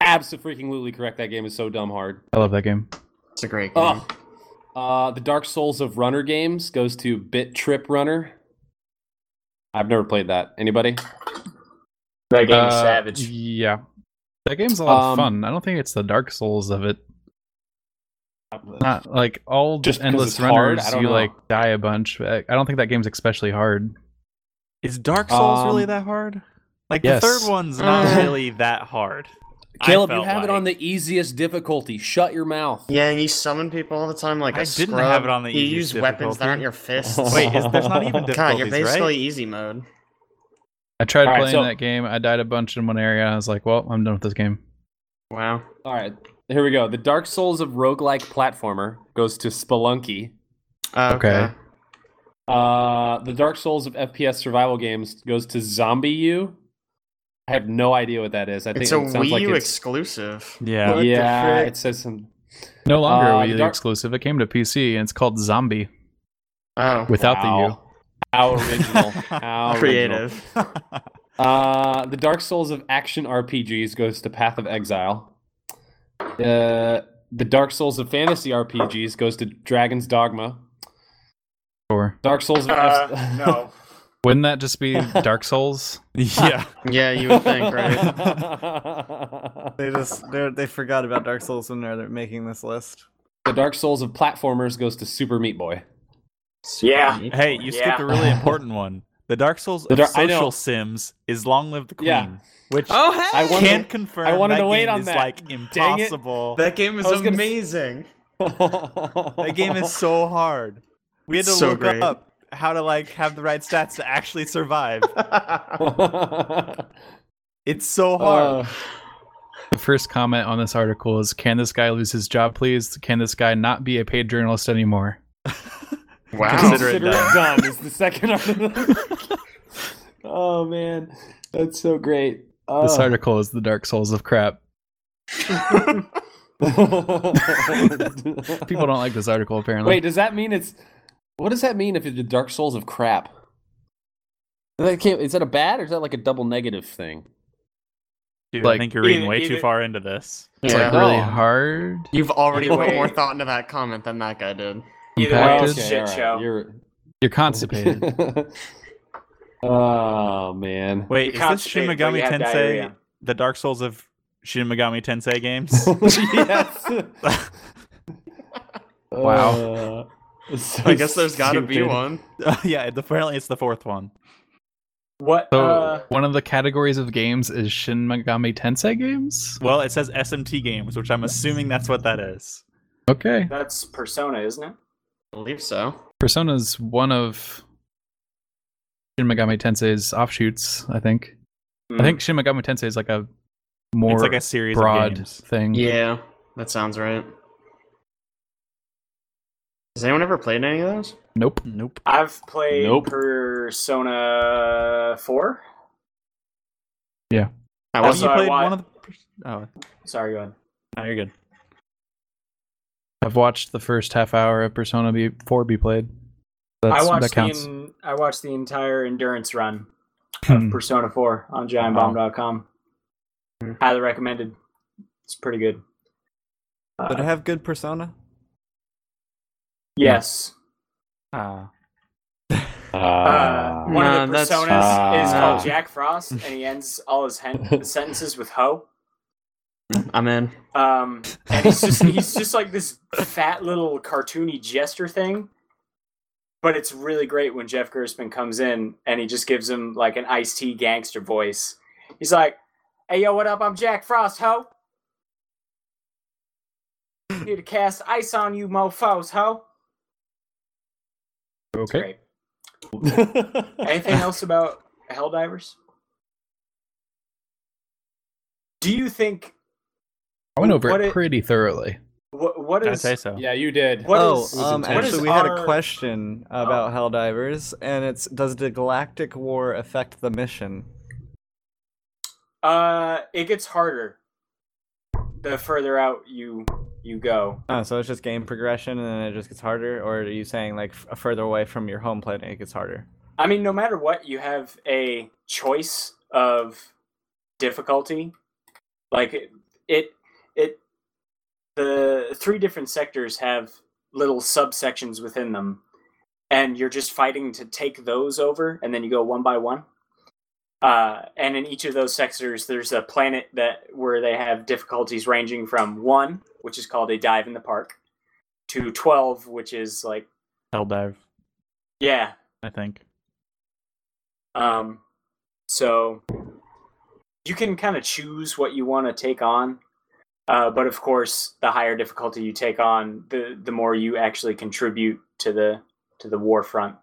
Speaker 2: absolutely correct. That game is so dumb hard.
Speaker 6: i love that game
Speaker 4: It's a great game.
Speaker 2: Oh. Uh, the Dark Souls of Runner games goes to Bit Trip Runner. I've never played that. Anybody?
Speaker 5: That game is
Speaker 6: Uh,
Speaker 5: savage.
Speaker 6: yeah that game's a lot
Speaker 2: Um,
Speaker 6: of fun i don't think it's the dark souls of it not like all
Speaker 2: Just
Speaker 6: just
Speaker 2: 'cause
Speaker 6: endless
Speaker 2: it's hard?
Speaker 6: runners
Speaker 2: I don't
Speaker 6: you
Speaker 2: know.
Speaker 6: like die a bunch but i I don't think that game's especially hard
Speaker 3: Is Dark Souls really
Speaker 2: Um,
Speaker 3: that hard? Like
Speaker 6: yes.
Speaker 3: the third one's not
Speaker 4: Uh.
Speaker 3: really that hard. I
Speaker 2: Caleb, you
Speaker 3: felt
Speaker 2: have it on
Speaker 3: like.
Speaker 2: the easiest difficulty. Shut your mouth.
Speaker 4: Yeah, and you summon people all the time like I
Speaker 3: I
Speaker 4: a
Speaker 3: didn't
Speaker 4: scrub.
Speaker 3: have it on the
Speaker 4: You
Speaker 3: easiest
Speaker 4: use weapons that
Speaker 3: difficulty.
Speaker 4: aren't your fists.
Speaker 3: Wait, is, there's not even difficulties,
Speaker 4: God, you're basically
Speaker 3: right?
Speaker 4: easy mode.
Speaker 6: i tried
Speaker 2: All right,
Speaker 6: playing
Speaker 2: so-
Speaker 6: that game i died a bunch in one area and i was like well i'm done with this game
Speaker 4: Wow.
Speaker 2: All right, here we go. The Dark Souls of Roguelike Platformer goes to Spelunky.
Speaker 4: Uh,
Speaker 6: Okay.
Speaker 2: Uh, the Dark Souls of FPS Survival Games goes to Zombie U. I have no idea what that is. I think
Speaker 4: It's a
Speaker 2: it sounds
Speaker 4: Wii
Speaker 2: like
Speaker 4: U
Speaker 2: it's,
Speaker 4: exclusive.
Speaker 3: Yeah.
Speaker 1: What the
Speaker 2: Yeah,
Speaker 1: frick?
Speaker 2: it says some.
Speaker 6: no longer
Speaker 2: Uh,
Speaker 6: a Wii
Speaker 2: the
Speaker 6: U
Speaker 2: Dark-
Speaker 6: exclusive it came to pc and it's called zombie
Speaker 4: Oh,
Speaker 6: without the u
Speaker 2: Wow. How original. How original.
Speaker 4: creative.
Speaker 2: Uh, the Dark Souls of action RPGs goes to Path of Exile. Uh, the Dark Souls of fantasy RPGs goes to Dragon's Dogma.
Speaker 6: sure
Speaker 2: Dark Souls of
Speaker 5: Uh, no.
Speaker 6: wouldn't that just be dark souls
Speaker 3: yeah.
Speaker 4: Yeah, you would think, right?
Speaker 1: They just they they forgot about Dark Souls when they're they're making this list.
Speaker 2: the Dark Souls of platformers goes to Super Meat Boy.
Speaker 5: Yeah.
Speaker 3: Hey, you skipped
Speaker 5: Yeah.
Speaker 3: a really important one. The Dark Souls
Speaker 2: The
Speaker 3: of
Speaker 2: Dar- I know.
Speaker 3: Social Sims is Long Live the Queen,
Speaker 2: Yeah.
Speaker 3: which
Speaker 4: Oh, hey!
Speaker 2: I wanted-
Speaker 3: can confirm
Speaker 2: I wanted
Speaker 3: that
Speaker 2: to wait
Speaker 3: game
Speaker 2: on
Speaker 3: is
Speaker 2: that.
Speaker 3: like
Speaker 2: Dang it.
Speaker 3: impossible.
Speaker 4: That game is
Speaker 2: I was gonna s-
Speaker 4: amazing.
Speaker 2: that
Speaker 3: That game is so hard.
Speaker 1: We had to
Speaker 4: So
Speaker 1: look
Speaker 4: great.
Speaker 1: up how to like have the right stats to actually survive. It's so hard.
Speaker 2: Uh,
Speaker 6: The first comment on this article is Can this guy lose his job, please? Can this guy not be a paid journalist anymore?
Speaker 4: wow.
Speaker 3: Consider it
Speaker 2: Consider it
Speaker 3: done.
Speaker 2: done is the second article. oh man, that's so great. Uh,
Speaker 6: This article is the Dark Souls of crap. People don't like this article, apparently.
Speaker 2: Wait, does that mean it's? What does that mean if it's the Dark Souls of crap? That can't- is that a bad or is that like a double negative thing?
Speaker 3: Dude, I
Speaker 6: Like-
Speaker 3: think you're reading
Speaker 2: e-
Speaker 4: Either-
Speaker 3: way too
Speaker 4: either-
Speaker 3: far into this.
Speaker 6: it's
Speaker 4: Yeah.
Speaker 6: like really
Speaker 2: Oh.
Speaker 6: hard.
Speaker 4: You've already
Speaker 5: Either
Speaker 4: put
Speaker 5: way-
Speaker 4: more thought into that comment than that guy did.
Speaker 5: Either way,
Speaker 6: Compacted.
Speaker 5: it's a shit
Speaker 2: alright,
Speaker 5: show.
Speaker 2: You're
Speaker 6: You're constipated.
Speaker 2: oh man.
Speaker 3: Wait, is
Speaker 5: You're
Speaker 3: this Shin
Speaker 5: constipated, but
Speaker 3: Megami
Speaker 5: you have
Speaker 3: Tensei,
Speaker 5: diarrhea.
Speaker 3: the Dark Souls of Shin Megami Tensei games?
Speaker 2: yes.
Speaker 6: Wow.
Speaker 2: Uh, so
Speaker 4: I guess there's got to be
Speaker 2: stupid.
Speaker 4: one.
Speaker 3: yeah, it- apparently it's the fourth one.
Speaker 5: What?
Speaker 6: So,
Speaker 5: uh,
Speaker 6: one of the categories of games is Shin Megami Tensei games?
Speaker 3: Well, it says SMT games, which I'm assuming that's what that is.
Speaker 6: Okay.
Speaker 5: that's Persona, isn't it?
Speaker 4: I believe so.
Speaker 6: Persona's one of Shin Megami Tensei's offshoots, I think.
Speaker 5: Hmm.
Speaker 6: I think Shin Megami Tensei is like a more
Speaker 3: it's like a series of
Speaker 6: broad
Speaker 3: games.
Speaker 6: thing.
Speaker 4: Yeah, that sounds right. Has anyone ever played any of those?
Speaker 6: Nope.
Speaker 3: Nope.
Speaker 5: Hmm, I've played
Speaker 2: Nope.
Speaker 5: Persona Four.
Speaker 4: I
Speaker 3: Have
Speaker 5: Also,
Speaker 3: Oh, you
Speaker 5: I
Speaker 3: played
Speaker 5: want-
Speaker 3: one of the? Oh,
Speaker 5: Sorry, go ahead.
Speaker 3: no, you're good.
Speaker 6: I've watched the first half hour of Persona be- 4 be played.
Speaker 5: I
Speaker 6: That's,
Speaker 5: watched
Speaker 6: that counts.
Speaker 5: the en- I watched the entire endurance run
Speaker 6: Hmm.
Speaker 5: of Persona 4 on GiantBomb.com.
Speaker 4: Hmm.
Speaker 5: Highly recommended. It's pretty good.
Speaker 1: Did
Speaker 5: Uh,
Speaker 1: it have good persona?
Speaker 5: yes.
Speaker 3: Ah,
Speaker 5: Uh, one of the
Speaker 4: Nah, that's-
Speaker 5: personas is
Speaker 2: Ah.
Speaker 5: called Jack Frost, and he ends all his hen- sentences with "ho."
Speaker 4: I'm in.
Speaker 5: Um, and he's just he's just like this fat little cartoony jester thing. But it's really great when Jeff Gerstmann comes in and he just gives him like an iced tea gangster voice. He's like, Hey yo, what up? I'm Jack Frost, ho. Here to cast ice on you mofos, ho. It's
Speaker 6: okay.
Speaker 5: great. Anything else about Helldivers? Do you think
Speaker 6: I went over
Speaker 5: What
Speaker 6: it
Speaker 5: it-
Speaker 6: pretty thoroughly.
Speaker 5: what what
Speaker 3: I'd
Speaker 5: is
Speaker 3: say so.
Speaker 2: yeah, you did.
Speaker 5: What
Speaker 1: oh,
Speaker 5: is-
Speaker 1: um,
Speaker 2: what
Speaker 1: actually,
Speaker 5: is
Speaker 1: we had
Speaker 5: our- Oh.
Speaker 1: a question about Helldivers, and it's Does the Galactic War affect the mission?
Speaker 5: Uh, it gets harder the further out you you go.
Speaker 1: Oh, so it's just game progression and then it just gets harder? Or are you saying, like, f- further away from your home planet, it gets harder?
Speaker 5: I mean, no matter what, you have a choice of difficulty. Like it, it, it the three different sectors have little subsections within them, and you're just fighting to take those over, and then you go one by one. Uh, and in each of those sectors, there's a planet that where they have difficulties ranging from one, which is called a dive in the park, to twelve, which is like
Speaker 3: Hell dive,
Speaker 5: yeah,
Speaker 3: I think.
Speaker 5: Um, so you can kind of choose what you want to take on, uh, but of course, the higher difficulty you take on, the the more you actually contribute to the to the war front.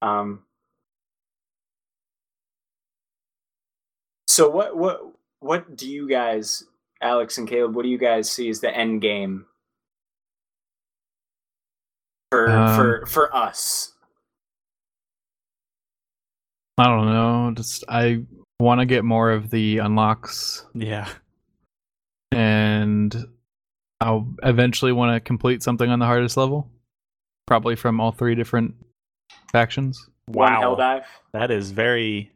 Speaker 5: Um. So what what what do you guys, Alex and Caleb, what do you guys see as the end game for
Speaker 6: Um,
Speaker 5: for for us?
Speaker 6: I don't know. Just I want to get more of the unlocks,
Speaker 3: Yeah.
Speaker 6: and I'll eventually want to complete something on the hardest level, probably from all three different factions.
Speaker 5: One hell dive.
Speaker 3: That is very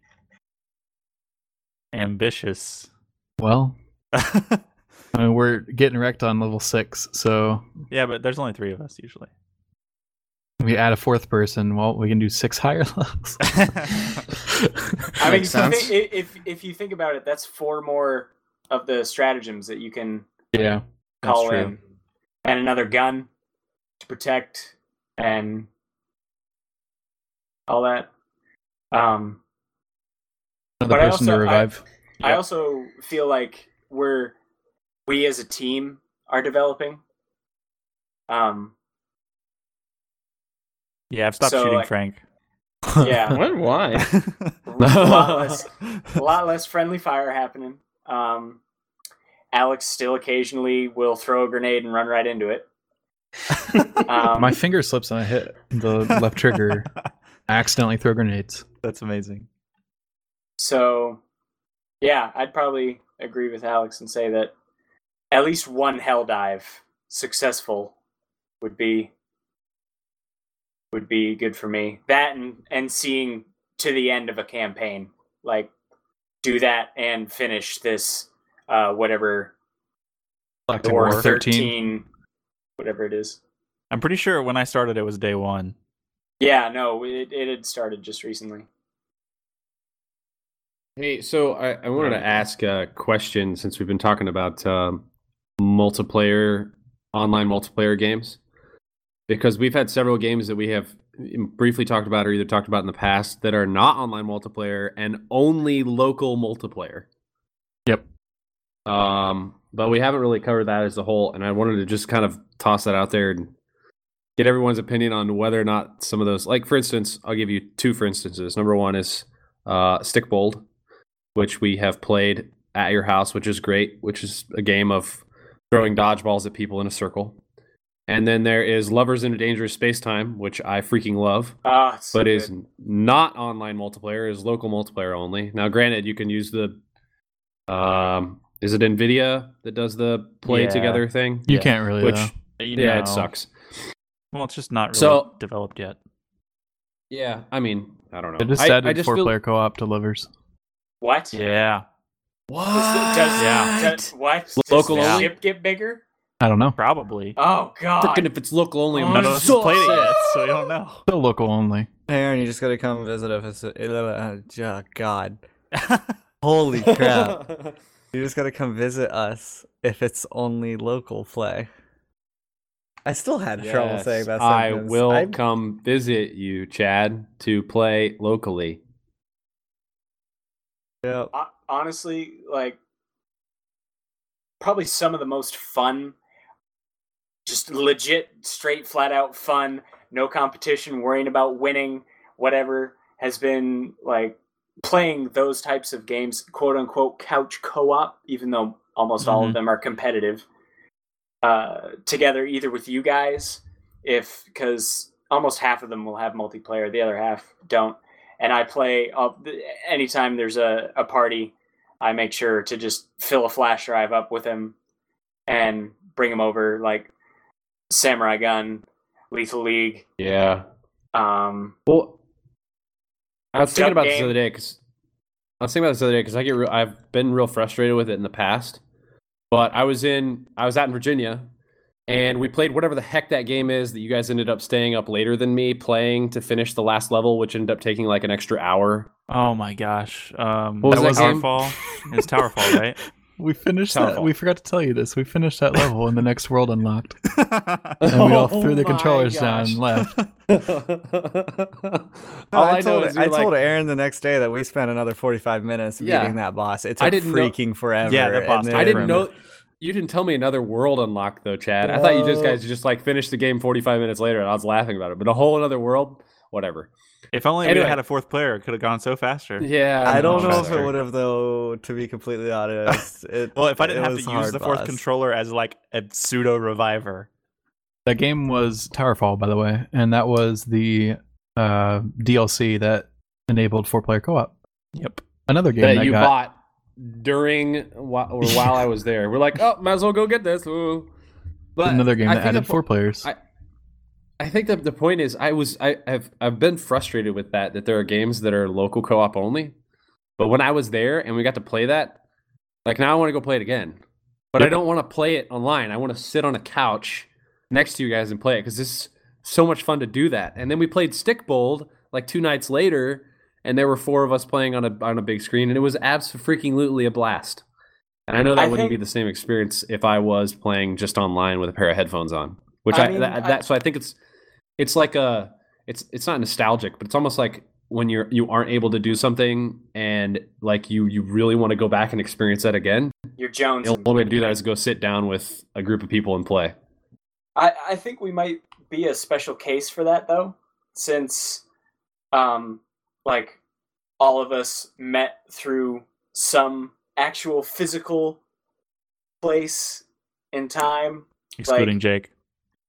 Speaker 3: ambitious.
Speaker 6: Well, I mean, we're getting wrecked on level six, so
Speaker 3: yeah, but there's only three of us usually.
Speaker 6: we add a fourth person. Well, we can do six higher levels.
Speaker 4: Makes
Speaker 5: I mean, if you
Speaker 4: sense.
Speaker 5: thi- i- if if you think about it, that's four more of the stratagems that you can
Speaker 6: yeah, that's
Speaker 5: call
Speaker 6: true.
Speaker 5: in, and another gun to protect, and all that. Um,
Speaker 6: Another
Speaker 5: But I
Speaker 6: person
Speaker 5: also-
Speaker 6: to
Speaker 5: I-
Speaker 6: revive.
Speaker 5: I
Speaker 3: Yep.
Speaker 5: also feel like we're we as a team are developing. Um,
Speaker 3: Yeah, I've stopped
Speaker 5: So,
Speaker 3: shooting
Speaker 5: like-
Speaker 3: Frank.
Speaker 5: Yeah,
Speaker 4: What? Why?
Speaker 5: a lot less, a lot less friendly fire happening. Um, Alex still occasionally will throw a grenade and run right into it. Um,
Speaker 6: My finger slips and I hit the left trigger. I accidentally throw grenades.
Speaker 3: That's amazing.
Speaker 5: So, yeah, I'd probably agree with Alex and say that at least one hell dive successful would be would be good for me. That and and seeing to the end of a campaign, like do that and finish this uh whatever
Speaker 6: Black
Speaker 5: or
Speaker 6: War 13.
Speaker 5: 13 whatever it is.
Speaker 3: I'm pretty sure when I started, it was day one.
Speaker 5: Yeah, no, it it had started just recently.
Speaker 2: Hey, so I, I wanted to ask a question since we've been talking about um, multiplayer, online multiplayer games, because we've had several games that we have mm, briefly talked about or either talked about in the past that are not online multiplayer and only local multiplayer.
Speaker 6: Yep.
Speaker 2: Um, but we haven't really covered that as a whole, and I wanted to just kind of toss that out there and get everyone's opinion on whether or not some of those, like for instance, I'll give you two for instances. Number one is uh, Stick Bold which we have played at your house, which is great, which is a game of throwing dodgeballs at people in a circle. And then there is Lovers in a Dangerous Space Time, which I freaking love,
Speaker 5: Ah, it's so
Speaker 2: but is
Speaker 5: good.
Speaker 2: not online multiplayer, is local multiplayer only. Now, granted, you can use the um, is it Nvidia that does the play
Speaker 3: Yeah.
Speaker 2: together thing?
Speaker 6: You
Speaker 3: Yeah.
Speaker 6: can't really.
Speaker 2: Which
Speaker 6: though.
Speaker 3: You
Speaker 2: yeah,
Speaker 3: know.
Speaker 2: it sucks.
Speaker 3: Well, it's just not really
Speaker 2: So-
Speaker 3: developed yet.
Speaker 2: Yeah, I mean, I don't know.
Speaker 6: It just
Speaker 2: I- I
Speaker 6: added
Speaker 2: just
Speaker 6: four
Speaker 2: feel-
Speaker 6: player co op to lovers.
Speaker 5: what?
Speaker 3: Yeah,
Speaker 6: What?
Speaker 5: Does, does,
Speaker 3: Yeah.
Speaker 5: does- what? Does
Speaker 2: Local
Speaker 5: the
Speaker 2: only?
Speaker 5: ship get bigger?
Speaker 6: I don't know.
Speaker 3: probably.
Speaker 5: Oh god.
Speaker 2: Frickin' if it's local only, I'm
Speaker 5: Oh,
Speaker 3: None of
Speaker 5: no,
Speaker 3: us
Speaker 5: it's
Speaker 2: so
Speaker 3: have played it
Speaker 2: upset.
Speaker 3: yet, so we don't know.
Speaker 6: Still local only.
Speaker 1: Aaron, you just gotta come visit us. Uh, oh, God. Holy crap. You just gotta come visit us if it's only local play. I still had trouble saying
Speaker 2: Yes,
Speaker 1: that.
Speaker 2: I
Speaker 1: sentence.
Speaker 2: will
Speaker 1: I-
Speaker 2: come visit you, Chad, to play locally.
Speaker 1: yeah.
Speaker 5: Hon- honestly like probably some of the most fun just legit straight flat out fun no competition worrying about winning whatever has been like playing those types of games quote unquote couch co-op even though almost all of
Speaker 3: Mhm.
Speaker 5: them are competitive uh, together either with you guys if because almost half of them will have multiplayer the other half don't and I play uh, anytime there's a, a party, I make sure to just fill a flash drive up with him and bring him over like Samurai Gun, Lethal League.
Speaker 2: Yeah.
Speaker 5: Um,
Speaker 2: Well, I was
Speaker 5: Jump
Speaker 2: thinking about this
Speaker 5: game.
Speaker 2: the other day because I was thinking about this the other day because I get real, I've been real frustrated with it in the past. But I was in I was out in Virginia, and we played whatever the heck that game is that you guys ended up staying up later than me playing to finish the last level, which ended up taking like an extra hour.
Speaker 3: Oh my gosh. Um,
Speaker 2: What was
Speaker 3: that
Speaker 2: that game?
Speaker 3: Towerfall. it was Towerfall, right?
Speaker 6: We finished that.
Speaker 2: Towerfall.
Speaker 6: We forgot to tell you this. We finished that level and the next world unlocked. And we all
Speaker 2: Oh
Speaker 6: threw the
Speaker 2: my
Speaker 6: controllers down
Speaker 2: gosh.
Speaker 6: and left.
Speaker 1: No,
Speaker 2: All
Speaker 1: I,
Speaker 2: I know
Speaker 1: told,
Speaker 2: is
Speaker 1: I
Speaker 2: you're like-
Speaker 1: told Aaron the next day that we spent another 45 minutes
Speaker 2: Yeah.
Speaker 1: beating that boss. It took
Speaker 2: I didn't know-
Speaker 1: freaking forever.
Speaker 3: Yeah, that
Speaker 1: and
Speaker 3: boss took
Speaker 2: I
Speaker 1: then-
Speaker 2: didn't know. You didn't tell me another world unlocked though, Chad. I thought you just
Speaker 1: No.
Speaker 2: guys just like finished the game 45 minutes later, and I was laughing about it. But a whole another world, whatever.
Speaker 3: If only we
Speaker 2: Anyway.
Speaker 3: had a fourth player, it could have gone so faster.
Speaker 2: Yeah,
Speaker 1: I don't know if
Speaker 2: Sorry.
Speaker 1: it would have though. To be completely honest, it,
Speaker 3: Well, if I
Speaker 1: it
Speaker 3: didn't have to
Speaker 1: was
Speaker 3: use
Speaker 1: hard
Speaker 3: the fourth
Speaker 1: boss.
Speaker 3: controller as like a pseudo reviver.
Speaker 6: That game was Towerfall, by the way, and that was the uh, DLC that enabled four player co op.
Speaker 3: Yep.
Speaker 6: Another game
Speaker 2: that
Speaker 6: I
Speaker 2: you
Speaker 6: got.
Speaker 2: bought during while, or while I was there. We're like, oh, might as well go get this. Ooh. But
Speaker 6: another game
Speaker 2: I
Speaker 6: that
Speaker 2: think
Speaker 6: added
Speaker 2: the po-
Speaker 6: four players.
Speaker 2: I- I think that the point is, I was I have I've been frustrated with that that there are games that are local co-op only. But when I was there and we got to play that, like now I want to go play it again. But I don't want to play it online. I want to sit on a couch next to you guys and play it because it's so much fun to do that. And then we played Stick Bold like two nights later, and there were four of us playing on a on a big screen, and it was absolutely a blast. And I know that
Speaker 5: I
Speaker 2: wouldn't
Speaker 5: think-
Speaker 2: be the same experience if I was playing just online with a pair of headphones on. Which
Speaker 5: I
Speaker 2: I,
Speaker 5: mean,
Speaker 2: that,
Speaker 5: I-
Speaker 2: that so I think it's it's like a it's it's not nostalgic, but it's almost like when you're you aren't able to do something and like you you really want to go back and experience that again.
Speaker 5: you're Jones.
Speaker 2: The only way to do that is go sit down with a group of people and play.
Speaker 5: I, I think we might be a special case for that though, since um like all of us met through some actual physical place in time
Speaker 3: excluding
Speaker 5: Like-
Speaker 3: Jake.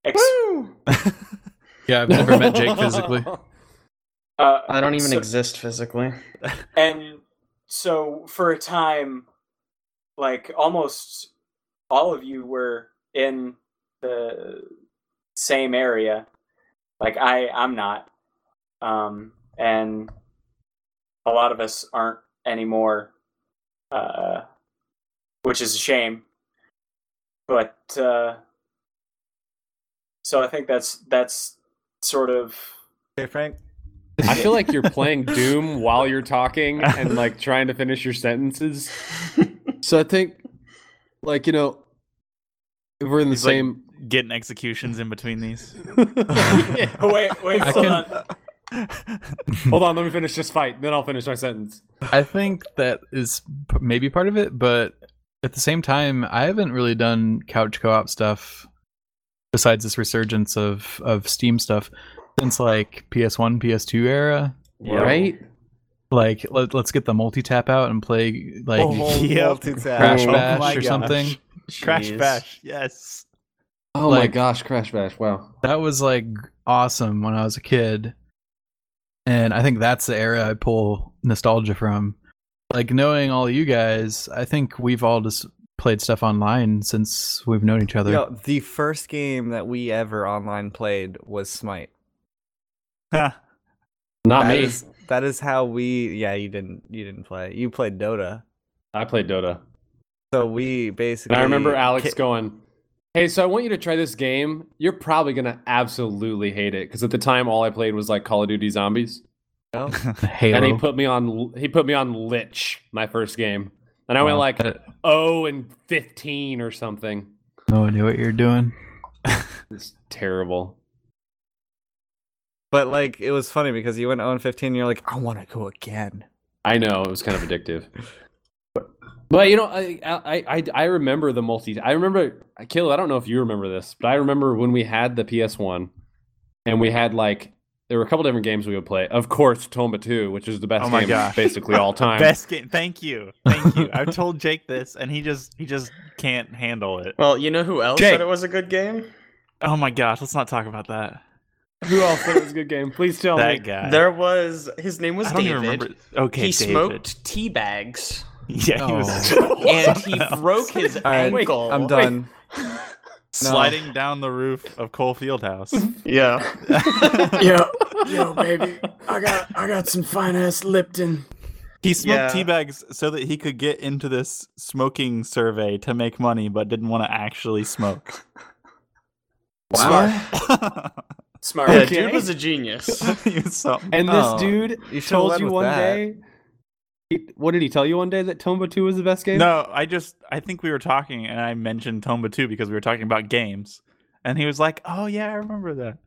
Speaker 5: ex-
Speaker 6: Yeah, I've never met Jake physically.
Speaker 5: uh,
Speaker 4: I don't even
Speaker 5: so-
Speaker 4: exist physically.
Speaker 5: and so for a time like almost all of you were in the same area like i i'm not um and a lot of us aren't anymore uh which is a shame but uh so i think that's that's sort of
Speaker 1: Hey, Frank.
Speaker 2: I feel like you're playing Doom while you're talking and like trying to finish your sentences. So I think, like you know, if we're in the
Speaker 3: He's, like,
Speaker 2: same.
Speaker 3: Getting executions in between these.
Speaker 5: oh, wait wait
Speaker 6: I
Speaker 5: hold
Speaker 6: can-
Speaker 5: on
Speaker 2: Hold on, let me finish this fight, then I'll finish my sentence.
Speaker 6: I think that is p- maybe part of it, but at the same time, I haven't really done couch co-op stuff besides this resurgence of of Steam stuff since like PS1, PS2 era.
Speaker 2: Right?
Speaker 6: Like let, let's get the multi tap out and play like
Speaker 1: Oh,
Speaker 3: Yep.
Speaker 1: multitask.
Speaker 6: Crash
Speaker 1: Oh
Speaker 6: Bash
Speaker 1: my
Speaker 6: or
Speaker 1: gosh.
Speaker 6: something.
Speaker 3: Crash
Speaker 4: Jeez.
Speaker 3: Bash. Yes.
Speaker 2: Oh my
Speaker 6: Like-
Speaker 2: gosh, Crash Bash! Wow.
Speaker 6: That was like awesome when I was a kid. And I think that's the era I pull nostalgia from. Like knowing all you guys, I think we've all just played stuff online since we've known each other.
Speaker 1: Yo, the first game that we ever online played was Smite.
Speaker 2: Not
Speaker 1: That
Speaker 2: me.
Speaker 1: is- that is how we. Yeah, you didn't. You didn't play. You played Dota.
Speaker 2: I played Dota.
Speaker 1: So we basically.
Speaker 2: And I remember Alex
Speaker 1: ki-
Speaker 2: going, Hey, so I want you to try this game. You're probably going to absolutely hate it. Because at the time, all I played was like Call of Duty Zombies.
Speaker 1: No?
Speaker 6: Halo.
Speaker 2: And he put me on, he put me on Lich, my first game. And I went
Speaker 6: Wow.
Speaker 2: like
Speaker 6: Uh,
Speaker 2: 0 and 15 or something.
Speaker 6: no idea what you're doing.
Speaker 2: It's terrible.
Speaker 1: But like, it was funny because you went 0 and 15. And you're like, I want to go again.
Speaker 2: I know it was kind of addictive. But you know, I I I, I remember the multi. I remember Kill. I don't know if you remember this, but I remember when we had the PS One, and we had like there were a couple different games we would play. Of course, Tomba Two, which is the best
Speaker 3: Oh my
Speaker 2: game
Speaker 3: gosh.
Speaker 2: basically all time.
Speaker 3: Best game. Thank you. Thank you. I've told Jake this, and he just he just can't handle it.
Speaker 4: Well, you know who else
Speaker 2: Jake.
Speaker 4: said it was a good game?
Speaker 3: Oh my gosh. Let's not talk about that.
Speaker 2: Who else said it was a good game? Please tell
Speaker 3: that
Speaker 2: me.
Speaker 3: guy.
Speaker 4: There was his name was
Speaker 3: I don't
Speaker 4: David.
Speaker 3: even remember. Okay,
Speaker 4: he
Speaker 3: David.
Speaker 4: smoked tea bags
Speaker 3: Yeah, he
Speaker 6: Oh.
Speaker 3: was
Speaker 4: and he broke his
Speaker 1: All right,
Speaker 4: ankle.
Speaker 1: I'm done.
Speaker 4: Oh.
Speaker 3: sliding down the roof of Cole Fieldhouse.
Speaker 4: Yeah.
Speaker 5: yo, yo, baby, I got, I got some fine ass Lipton.
Speaker 3: He smoked
Speaker 4: Yeah.
Speaker 3: tea bags so that he could get into this smoking survey to make money, but didn't want to actually smoke.
Speaker 5: Smart.
Speaker 4: Yeah,
Speaker 2: Okay.
Speaker 4: dude was a genius.
Speaker 3: He was something.
Speaker 2: And this
Speaker 1: Oh,
Speaker 2: dude
Speaker 1: you should've
Speaker 2: told
Speaker 1: led
Speaker 2: you
Speaker 1: with
Speaker 2: one
Speaker 1: that.
Speaker 2: day. he- What did he tell you one day that Tomba Two was the best game?
Speaker 3: No, I just I think we were talking and I mentioned Tomba 2 because we were talking about games. And he was like, "Oh yeah, I remember that."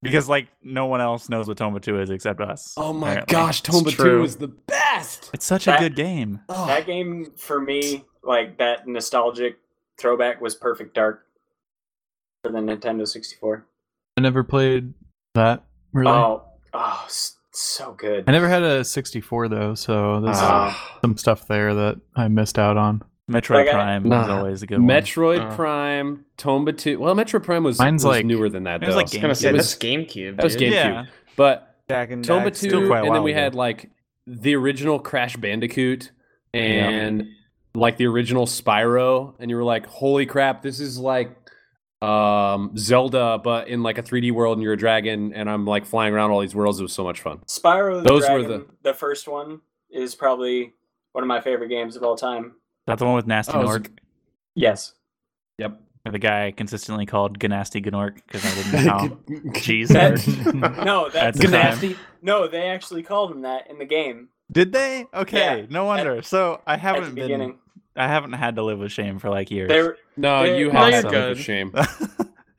Speaker 3: Because like no one else knows what Tomba 2 is except us.
Speaker 2: Oh my
Speaker 3: apparently.
Speaker 2: gosh, Tomba Two
Speaker 4: true.
Speaker 2: was the best.
Speaker 3: It's such
Speaker 5: That-
Speaker 3: a good game.
Speaker 5: That game for me, like that nostalgic throwback, was Perfect Dark for the Nintendo 64.
Speaker 6: I never played that really.
Speaker 5: Oh, oh, s- so good.
Speaker 6: I never had a 64 though, so there's
Speaker 2: Ah.
Speaker 6: some stuff there that I missed out on.
Speaker 3: Metroid
Speaker 5: Like, I-
Speaker 3: Prime is
Speaker 2: Nah.
Speaker 3: always a good one.
Speaker 2: Metroid
Speaker 4: Uh.
Speaker 2: Prime, Tomba 2. Well, Metroid Prime was,
Speaker 6: Mine's
Speaker 2: was
Speaker 6: like-
Speaker 2: newer than that,
Speaker 3: It
Speaker 2: though.
Speaker 3: was like
Speaker 4: I was gonna say
Speaker 2: It was-
Speaker 4: that's GameCube.
Speaker 2: that was
Speaker 4: dude.
Speaker 2: GameCube.
Speaker 3: Yeah.
Speaker 2: But
Speaker 1: Jack and
Speaker 2: Tomba
Speaker 1: Dax,
Speaker 2: 2,
Speaker 3: still quite a
Speaker 2: and then
Speaker 3: while
Speaker 2: we
Speaker 3: ago.
Speaker 2: had like the original Crash Bandicoot and like the original Spyro. And you were like, holy crap, this is like um Zelda, but in like a 3D world and you're a dragon and I'm like flying around all these worlds. It was so much fun.
Speaker 5: Spyro the
Speaker 2: Those were
Speaker 5: Dragon, the... first one, is probably one of my favorite games of all time.
Speaker 3: That's the one with Nasty
Speaker 2: Oh, it was-
Speaker 3: Nork.
Speaker 5: Yes.
Speaker 2: Yep.
Speaker 3: Or the guy I consistently called Ganasty Gnork because I didn't know how G's
Speaker 5: That-
Speaker 3: were.
Speaker 5: No,
Speaker 3: At
Speaker 5: that's
Speaker 3: the time.
Speaker 2: Ganasty.
Speaker 5: no. They actually called him that in the game
Speaker 3: Did they? Okay, no wonder. So I
Speaker 5: at the
Speaker 3: haven't been.
Speaker 5: beginning.
Speaker 3: I haven't had to live with shame for like years.
Speaker 5: They were
Speaker 2: No,
Speaker 5: They're-
Speaker 2: you
Speaker 5: No,
Speaker 2: had
Speaker 4: you're
Speaker 2: some
Speaker 4: good.
Speaker 2: shame.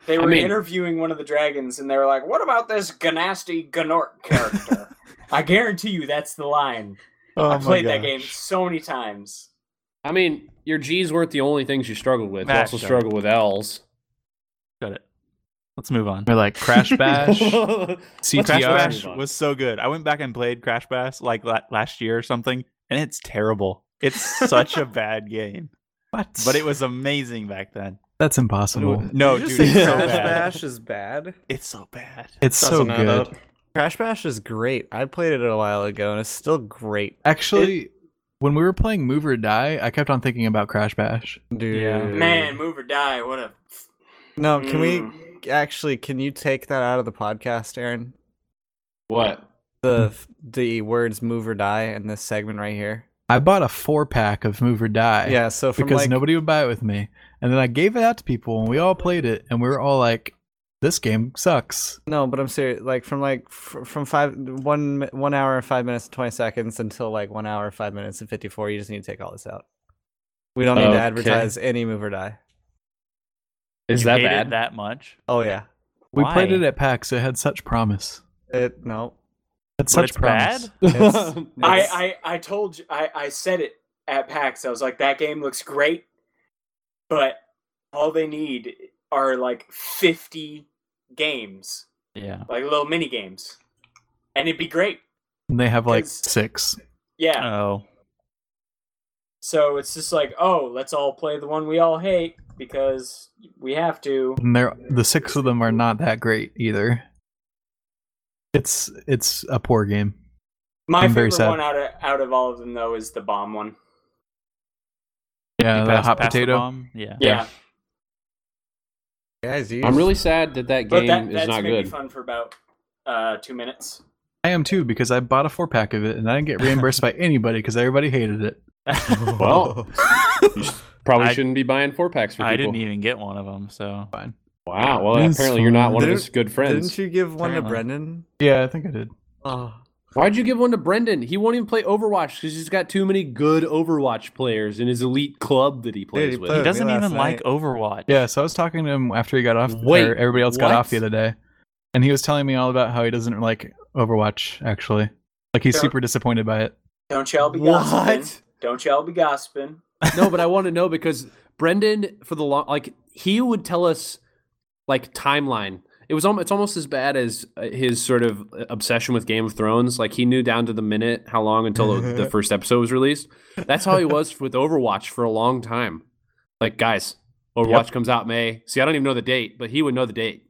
Speaker 5: they
Speaker 2: I
Speaker 5: were
Speaker 2: mean-
Speaker 5: interviewing one of the dragons, and they were like, "What about this Ganasty Gnork character?" I guarantee you, that's the line.
Speaker 3: Oh
Speaker 5: I
Speaker 3: my
Speaker 5: played that
Speaker 3: gosh.
Speaker 5: game so many times.
Speaker 2: I mean, your G's weren't the only things you struggled with. You
Speaker 3: Ah,
Speaker 2: also
Speaker 3: sure.
Speaker 2: struggled with L's.
Speaker 3: Shut it. Let's move on.
Speaker 6: Or like Crash Bash,
Speaker 3: Crash
Speaker 6: CTR.
Speaker 3: Bash was so good. I went back and played Crash Bash like la- last year or something, and it's terrible. It's such a bad game,
Speaker 6: What?
Speaker 3: but it was amazing back then.
Speaker 6: That's impossible.
Speaker 3: No,
Speaker 1: Did you
Speaker 3: dude,
Speaker 1: just
Speaker 3: it's
Speaker 1: say
Speaker 3: so
Speaker 1: Crash
Speaker 3: bad.
Speaker 1: Bash is bad.
Speaker 3: It's so bad.
Speaker 6: It's so
Speaker 4: Doesn't add
Speaker 6: good.
Speaker 4: up.
Speaker 1: Crash Bash is great. I played it a while ago and it's still great,
Speaker 6: Actually, when we were playing Move or Die, I kept on thinking about Crash Bash.
Speaker 1: dude.
Speaker 3: Yeah.
Speaker 5: Man, move or die. What a.
Speaker 1: No, can
Speaker 5: Mm.
Speaker 1: we actually? Can you take that out of the podcast, Aaron?
Speaker 8: What? Mm-hmm.
Speaker 1: The the words "move or die" in this segment right here.
Speaker 6: I bought a four pack of Move or Die.
Speaker 1: Yeah. So from
Speaker 6: because
Speaker 1: like,
Speaker 6: nobody would buy it with me. And then I gave it out to people, and we all played it, and we were all like, "This game sucks."
Speaker 1: No, but I'm serious. Like from like fr- from five one mi- one hour and five minutes and twenty seconds until like one hour five minutes and fifty four. You just need to take all this out. We don't need
Speaker 8: Okay.
Speaker 1: to advertise any move or die.
Speaker 8: Is
Speaker 3: You
Speaker 8: that
Speaker 3: hate it
Speaker 8: bad?
Speaker 3: that much?
Speaker 1: Oh yeah,
Speaker 6: We
Speaker 3: Why?
Speaker 6: played it at PAX. It had such promise.
Speaker 1: it no.
Speaker 6: It had
Speaker 3: But
Speaker 6: such
Speaker 3: it's
Speaker 6: promise.
Speaker 3: bad?
Speaker 1: It's, it's-
Speaker 5: I, I I told you. I I said it at PAX. I was like, that game looks great, but all they need are like fifty games,
Speaker 3: Yeah.
Speaker 5: like little mini games, and it'd be great.
Speaker 6: And they have like
Speaker 5: 'Cause-
Speaker 6: six.
Speaker 5: Yeah.
Speaker 3: Oh,
Speaker 5: So it's just like, oh, let's all play the one we all hate because we have to.
Speaker 6: And they're the six of them are not that great either. It's it's a poor game.
Speaker 5: My
Speaker 6: I'm very
Speaker 5: favorite
Speaker 6: sad.
Speaker 5: one out of out of all of them though is the bomb one.
Speaker 6: Yeah,
Speaker 3: You
Speaker 6: the
Speaker 3: pass-
Speaker 6: hot
Speaker 3: pass the
Speaker 6: potato.
Speaker 3: bomb? yeah.
Speaker 5: Yeah,
Speaker 1: guys, you
Speaker 8: I'm really sad that that
Speaker 5: but
Speaker 8: game
Speaker 5: that
Speaker 8: is
Speaker 5: that's
Speaker 8: not
Speaker 5: maybe
Speaker 8: good.
Speaker 5: fun for about uh, two minutes.
Speaker 6: I am too because I bought a four pack of it and I didn't get reimbursed by anybody because everybody hated it.
Speaker 8: Well, probably
Speaker 3: I-
Speaker 8: shouldn't be buying four packs for people.
Speaker 3: I didn't e- even get one of them, so
Speaker 8: Wow. Well,
Speaker 6: It's
Speaker 8: apparently you're not one of
Speaker 1: Didn't-
Speaker 8: his good
Speaker 1: didn't
Speaker 8: friends.
Speaker 1: you give one to
Speaker 3: Apparently.
Speaker 1: Brendan?
Speaker 6: Yeah, I think I did.
Speaker 1: Oh,
Speaker 2: Why'd you give one to Brendan? He won't even play Overwatch because he's got too many good Overwatch players in his elite club that he plays
Speaker 1: he
Speaker 2: with.
Speaker 1: played-
Speaker 3: he
Speaker 1: me
Speaker 3: doesn't even
Speaker 1: last
Speaker 3: like
Speaker 1: night.
Speaker 3: Overwatch.
Speaker 6: Yeah, so I was talking to him after he got off.
Speaker 2: Wait,
Speaker 6: or everybody else got
Speaker 2: what?
Speaker 6: off the other day, and he was telling me all about how he doesn't like Overwatch. Actually, like he's
Speaker 5: Yeah.
Speaker 6: super disappointed by it.
Speaker 5: Don't y'all be gossiping.
Speaker 2: What?
Speaker 5: Don't y'all be gossiping.
Speaker 2: no, but I want to know because Brendan, for the long, like he would tell us, like timeline. It was almost it's almost as bad as uh, his sort of obsession with Game of Thrones. Like he knew down to the minute how long until the the first episode was released. That's how he was with Overwatch for a long time. Like guys, Overwatch comes out May. See, I don't even know the date, but he would know the date,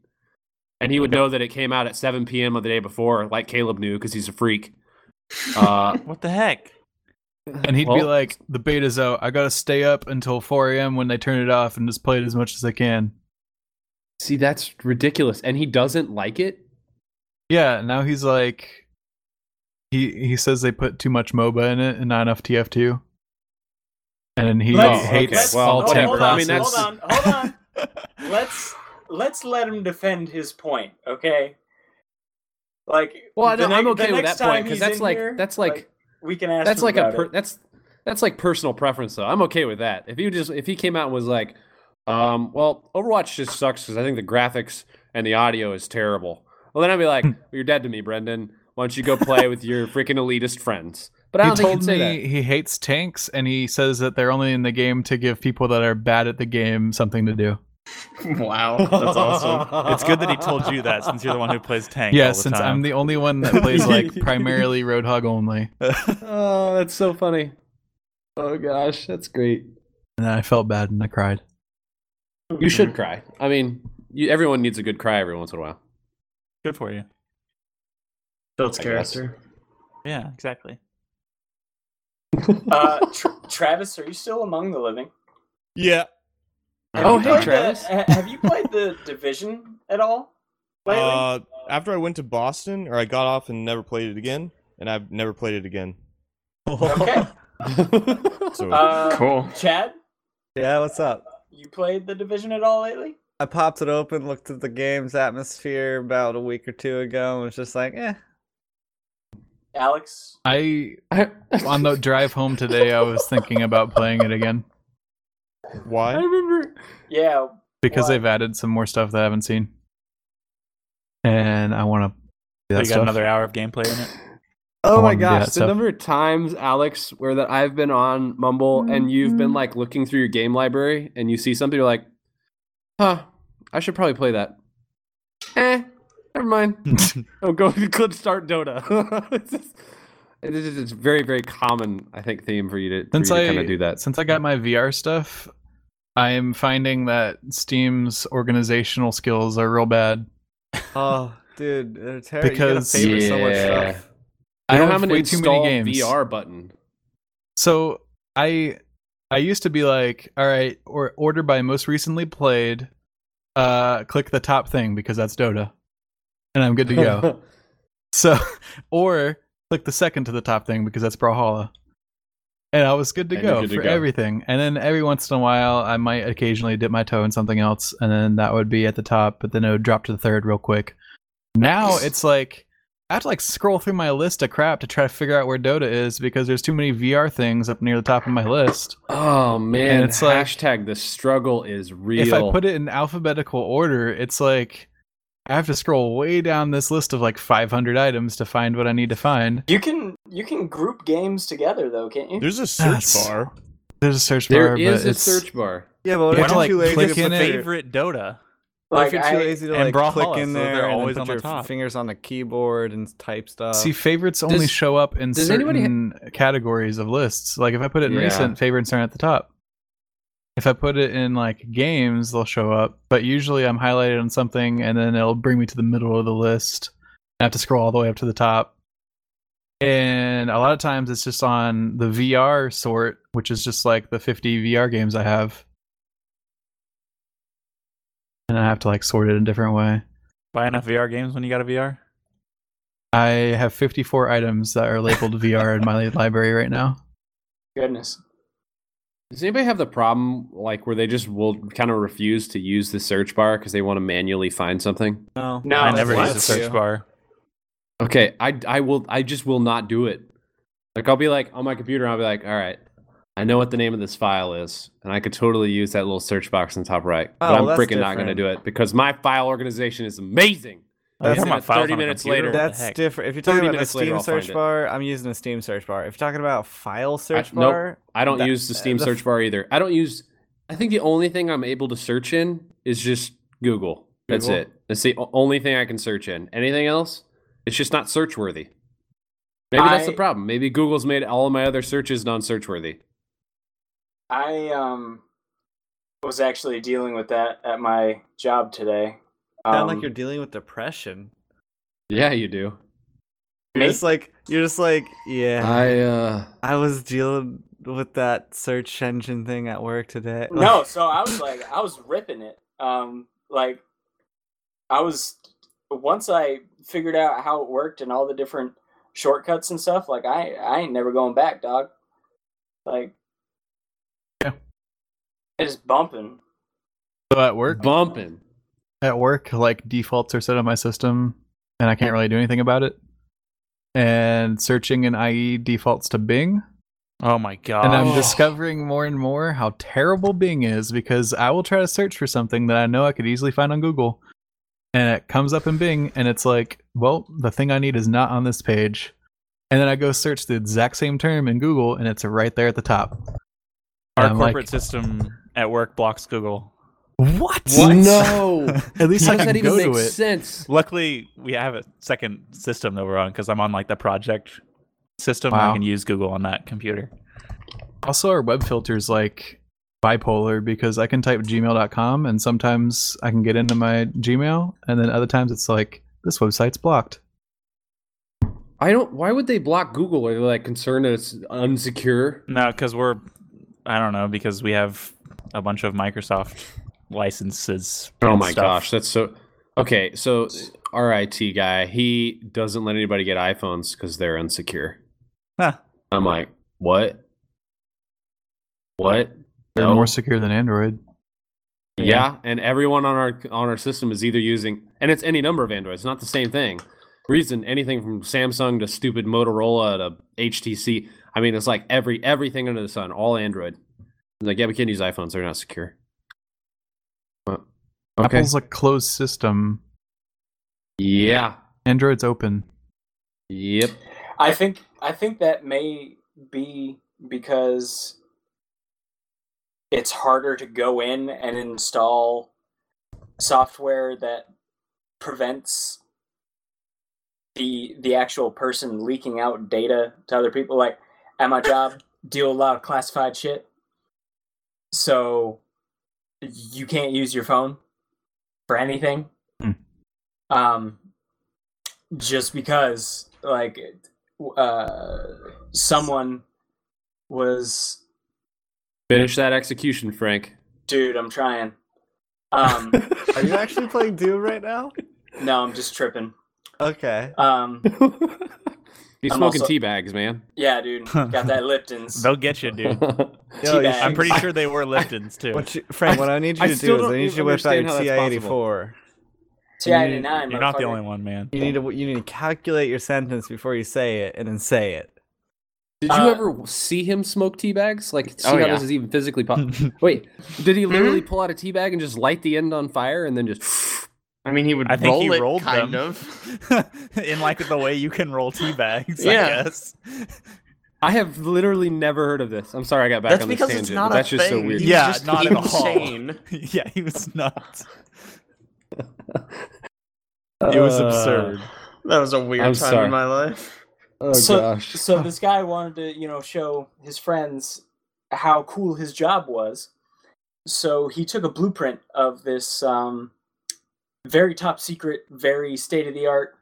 Speaker 2: and he would know that it came out at 7 p.m. of the day before, like Caleb knew because he's a freak. Uh,
Speaker 3: What the heck?
Speaker 6: And he'd be
Speaker 2: Well-
Speaker 6: like, "The beta's out. I gotta stay up until 4 a.m. when they turn it off and just play it as much as I can."
Speaker 2: see, that's ridiculous, and he doesn't like it.
Speaker 6: Yeah. Now he's like, he he says they put too much MOBA in it and not enough TF2, and he
Speaker 5: Let's-
Speaker 6: hates
Speaker 5: let's-
Speaker 6: all
Speaker 2: Oh, well,
Speaker 5: hold,
Speaker 6: ten
Speaker 5: hold on,
Speaker 2: I mean, that's-
Speaker 6: classes.
Speaker 5: hold on, hold on. let's let's let him defend his point, okay? Like,
Speaker 2: Well, I
Speaker 5: the
Speaker 2: know, I'm
Speaker 5: ne- the
Speaker 2: okay with
Speaker 5: next
Speaker 2: that point
Speaker 5: time
Speaker 2: because
Speaker 5: he's
Speaker 2: that's
Speaker 5: in
Speaker 2: like
Speaker 5: here,
Speaker 2: that's like,
Speaker 5: we can ask.
Speaker 2: that's
Speaker 5: him
Speaker 2: like a
Speaker 5: about
Speaker 2: per,
Speaker 5: it.
Speaker 2: that's that's like personal preference though. I'm okay with that. If you just if he came out and was like, um, well, Overwatch just sucks because I think the graphics and the audio is terrible. Well, then I'd be like,
Speaker 5: Hmm.
Speaker 2: well, you're dead to me, Brendan. Why don't you go play with your freaking elitist friends? But I
Speaker 6: He
Speaker 2: don't think he'd
Speaker 6: told
Speaker 2: say
Speaker 6: me
Speaker 2: that.
Speaker 6: he hates tanks, and he says that they're only in the game to give people that are bad at the game something to do.
Speaker 4: Wow, that's awesome.
Speaker 3: It's good that he told you that since you're the one who plays tank. all
Speaker 6: Yeah,
Speaker 3: the
Speaker 6: since
Speaker 3: time.
Speaker 6: I'm the only one that plays like primarily Roadhog only,
Speaker 2: Oh, that's so funny. Oh gosh, that's great.
Speaker 6: and I felt bad and I cried.
Speaker 2: You should cry. I mean, you, everyone needs a good cry every once in a while.
Speaker 3: good for you.
Speaker 4: Builds
Speaker 2: I guess.
Speaker 4: character.
Speaker 3: Yeah, exactly.
Speaker 5: uh, Tra- Travis, are you still among the living?
Speaker 7: Yeah.
Speaker 5: Have
Speaker 2: Oh,
Speaker 5: you
Speaker 2: hey,
Speaker 5: played the-
Speaker 2: Travis.
Speaker 5: ha- have you played the division at all lately?
Speaker 7: Uh, after I went to Boston, or I got off and never played it again, and I've never played it again.
Speaker 5: okay.
Speaker 7: So
Speaker 5: Uh,
Speaker 4: Cool.
Speaker 5: Chad,
Speaker 1: yeah. What's up?
Speaker 5: you played the division at all lately?
Speaker 1: I popped it open, looked at the game's atmosphere about a week or two ago, and was just like, eh.
Speaker 5: Alex,
Speaker 6: I on the drive home today, I was thinking about playing it again
Speaker 2: I
Speaker 7: why?
Speaker 2: remember.
Speaker 5: yeah,
Speaker 6: because
Speaker 5: Why?
Speaker 6: they've added some more stuff that I haven't seen, and I want to.
Speaker 3: So Oh, you got another hour of gameplay in it.
Speaker 2: Oh my
Speaker 6: wanted to do
Speaker 2: gosh,
Speaker 6: that
Speaker 2: the
Speaker 6: stuff.
Speaker 2: number of times, Alex, where that I've been on Mumble and you've been like looking through your game library and you see something, you're like, huh, I should probably play that. eh, never mind. I'm going to click start Dota. it's, just, it is it's very, very common, I think, theme for you to,
Speaker 6: Since I
Speaker 2: kind of do that.
Speaker 6: Since I got my VR stuff, I am finding that Steam's organizational skills are real bad.
Speaker 1: Oh, dude, they're terrible.
Speaker 6: Because-
Speaker 1: you gotta favor so much
Speaker 8: Yeah.
Speaker 1: stuff.
Speaker 2: I don't
Speaker 6: I
Speaker 2: have an
Speaker 6: way too many
Speaker 2: install
Speaker 6: games.
Speaker 2: VR button.
Speaker 6: So I I used to be like, all right, or order by most recently played, uh, click the top thing because that's Dota, and I'm good to go. so, or click the second to the top thing because that's Brawlhalla, and I was good to
Speaker 8: And you're
Speaker 6: go
Speaker 8: good to
Speaker 6: for
Speaker 8: go.
Speaker 6: everything. And then every once in a while, I might occasionally dip my toe in something else, and then that would be at the top, but then it would drop to the third real quick. Now it's like I have to like scroll through my list of crap to try to figure out where Dota is because there's too many VR things up near the top of my list.
Speaker 2: Oh man,
Speaker 6: And it's like-
Speaker 2: hashtag the struggle is real.
Speaker 6: If I put it in alphabetical order, it's like I have to scroll way down this list of like 500 items to find what I need to find.
Speaker 5: You can you can group games together though, can't you?
Speaker 7: There's a search
Speaker 6: That's-
Speaker 7: bar.
Speaker 6: There's a search
Speaker 2: there
Speaker 6: bar,
Speaker 2: is
Speaker 6: but
Speaker 2: a
Speaker 6: it's
Speaker 2: search bar.
Speaker 1: Yeah, but what
Speaker 6: You
Speaker 1: if
Speaker 6: have to,
Speaker 1: you're
Speaker 6: like,
Speaker 1: too lazy
Speaker 6: click
Speaker 1: to
Speaker 6: in
Speaker 1: put
Speaker 6: it.
Speaker 1: your-
Speaker 3: favorite Dota.
Speaker 1: What if
Speaker 5: Like
Speaker 1: you're too
Speaker 5: I,
Speaker 1: lazy to like
Speaker 3: And Brawlhalla,
Speaker 1: click in
Speaker 3: so they're
Speaker 1: there and then
Speaker 3: always
Speaker 1: put
Speaker 3: on the
Speaker 1: your
Speaker 3: top.
Speaker 1: fingers on the keyboard and type stuff?
Speaker 6: See, favorites only
Speaker 2: Does-
Speaker 6: show up in
Speaker 2: does anybody ha-
Speaker 6: certain categories of lists. Like if I put it in
Speaker 2: Yeah.
Speaker 6: recent, favorites aren't at the top. If I put it in like games, they'll show up. But usually I'm highlighted on something and then it'll bring me to the middle of the list. I have to scroll all the way up to the top. And a lot of times it's just on the VR sort, which is just like the 50 VR games I have. And I have to like sort it a different way.
Speaker 3: Buy enough VR games when you got a VR.
Speaker 6: I have 54 items that are labeled VR in my library right now.
Speaker 5: goodness.
Speaker 2: Does anybody have the problem like where they just will kind of refuse to use the search bar because they want to manually find something?
Speaker 1: no,
Speaker 5: No,
Speaker 3: I never
Speaker 5: what?
Speaker 3: use the search bar.
Speaker 2: Okay, I I will I just will not do it. Like I'll be like on my computer, I'll be like, all right, I know what the name of this file is, and I could totally use that little search box in the top right.
Speaker 1: Oh,
Speaker 2: but I'm
Speaker 1: well,
Speaker 2: freaking
Speaker 1: that's
Speaker 2: not going to
Speaker 1: different.
Speaker 2: do it because my file organization is amazing.
Speaker 1: That's-
Speaker 3: You're talking about files
Speaker 2: 30
Speaker 3: on a
Speaker 2: minutes
Speaker 3: computer?
Speaker 2: later.
Speaker 3: What the
Speaker 1: That's
Speaker 3: heck?
Speaker 1: different. If you're
Speaker 2: 30
Speaker 1: talking about the
Speaker 2: minutes later,
Speaker 1: Steam
Speaker 2: I'll find
Speaker 1: search
Speaker 2: it.
Speaker 1: bar, I'm using the Steam search bar. If you're talking about file search
Speaker 2: nope.
Speaker 1: bar,
Speaker 2: I don't
Speaker 1: That- uh,
Speaker 2: use the Steam
Speaker 1: the f-
Speaker 2: search bar either. I don't use. I think the only thing I'm able to search in is just Google. That's
Speaker 1: Google.
Speaker 2: it. That's the o- only thing I can search in. Anything else, it's just not search worthy. Maybe that's the
Speaker 5: I-
Speaker 2: problem. Maybe Google's made all of my other searches non-search worthy.
Speaker 5: I um was actually dealing with that at my job today.
Speaker 1: sound
Speaker 5: Um,
Speaker 1: like you're dealing with depression.
Speaker 2: Yeah, you do.
Speaker 1: You're
Speaker 5: me?
Speaker 1: just like you're just like yeah.
Speaker 2: I uh
Speaker 1: I was dealing with that search engine thing at work today.
Speaker 5: No, so I was like, I was ripping it. Um, like, I was once I figured out how it worked and all the different shortcuts and stuff. Like, I I ain't never going back, dog. Like,
Speaker 6: Yeah.
Speaker 5: it's bumping.
Speaker 6: So at work,
Speaker 2: bumping.
Speaker 6: at work, like defaults are set on my system, and I can't really do anything about it. And searching in IE defaults to Bing,
Speaker 3: Oh my god!
Speaker 6: and I'm discovering more and more how terrible Bing is because I will try to search for something that I know I could easily find on Google, and it comes up in Bing, and it's like, well, the thing I need is not on this page. And then I go search the exact same term in Google, and it's right there at the top.
Speaker 3: Our
Speaker 6: I'm like-
Speaker 3: corporate system at work blocks Google.
Speaker 6: What?
Speaker 2: No.
Speaker 6: At least
Speaker 2: How
Speaker 6: I
Speaker 2: does
Speaker 6: can
Speaker 2: that even
Speaker 6: go
Speaker 2: make
Speaker 6: to it.
Speaker 2: sense?
Speaker 3: Luckily, we have a second system that we're on because I'm on like the project system.
Speaker 6: Wow.
Speaker 3: I can use Google on that computer.
Speaker 6: Also, our web filter's like bipolar because I can type gmail.com and sometimes I can get into my Gmail, and then other times it's like, this website's blocked.
Speaker 2: I don't. Why would they block Google? Are they like concerned that it's unsecure?
Speaker 3: No, because we're I don't know because we have a bunch of Microsoft licenses.
Speaker 2: Oh
Speaker 3: and
Speaker 2: my
Speaker 3: stuff.
Speaker 2: gosh, that's so. Okay, so RIT guy, he doesn't let anybody get iPhones because they're unsecure.
Speaker 3: Huh.
Speaker 2: I'm like, what? What?
Speaker 6: They're
Speaker 2: No.
Speaker 6: more secure than Android.
Speaker 2: Yeah. and everyone on our on our system is either using, and it's any number of Androids, not the same thing. Reason anything from Samsung to stupid Motorola to HTC. I mean, it's like every everything under the sun, all Android. I'm like, yeah, we can't use iPhones; they're not secure. Well, Okay.
Speaker 6: Apple's a closed system,
Speaker 2: yeah.
Speaker 6: Android's open.
Speaker 2: Yep.
Speaker 5: I think I think that may be because it's harder to go in and install software that prevents the the actual person leaking out data to other people. Like at my job, deal a lot of classified shit. So you can't use your phone for anything.
Speaker 6: Hmm.
Speaker 5: Um just because like uh someone was
Speaker 2: Finish that execution, Frank.
Speaker 5: dude i'm trying um
Speaker 1: Are you actually playing Doom right now?
Speaker 5: no i'm just tripping
Speaker 1: Okay.
Speaker 5: um
Speaker 2: He's
Speaker 5: I'm
Speaker 2: smoking
Speaker 5: also-
Speaker 2: tea bags, man.
Speaker 5: yeah dude got that lipton's
Speaker 3: They'll get you, dude.
Speaker 1: Yo, you
Speaker 5: Teabag.
Speaker 3: I'm
Speaker 1: should-
Speaker 3: pretty sure they were Liftons too.
Speaker 1: What you, Frank, what I need you
Speaker 2: I
Speaker 1: to
Speaker 2: still
Speaker 1: do is
Speaker 2: don't
Speaker 1: I need you to
Speaker 2: even
Speaker 1: whip out
Speaker 2: understand
Speaker 1: your
Speaker 2: how that's
Speaker 1: TI-84.
Speaker 5: ti-89
Speaker 3: You're not the
Speaker 5: motherfucker.
Speaker 3: only one, man.
Speaker 1: You need to you need to calculate your sentence before you say it and then say it.
Speaker 2: Did you
Speaker 5: Uh,
Speaker 2: ever see him smoke tea bags? Like, see
Speaker 8: Oh,
Speaker 2: how
Speaker 8: yeah.
Speaker 2: this is even physically possible? Wait, did he literally pull out a tea bag and just light the end on fire and then just?
Speaker 4: I mean, he would
Speaker 3: I think
Speaker 4: roll
Speaker 3: he
Speaker 4: it,
Speaker 3: rolled
Speaker 4: kind
Speaker 3: them.
Speaker 4: of.
Speaker 3: in like the way you can roll tea bags, I
Speaker 4: Yeah.
Speaker 3: guess.
Speaker 2: I have literally never heard of this. I'm sorry, I got back
Speaker 4: That's
Speaker 2: on this
Speaker 4: because
Speaker 2: tangent.
Speaker 4: it's not
Speaker 2: but that's
Speaker 4: a
Speaker 2: just
Speaker 4: thing.
Speaker 2: so weird.
Speaker 4: He's
Speaker 3: Yeah,
Speaker 4: just
Speaker 3: not at all.
Speaker 4: insane.
Speaker 3: yeah, he was nuts.
Speaker 1: It
Speaker 7: Uh,
Speaker 1: was absurd.
Speaker 4: That was a weird
Speaker 8: I'm
Speaker 4: time
Speaker 8: sorry.
Speaker 4: in my life.
Speaker 8: Oh
Speaker 5: So-
Speaker 8: gosh.
Speaker 5: so this guy wanted to you know show his friends how cool his job was so he took a blueprint of this um, very top secret very state of the art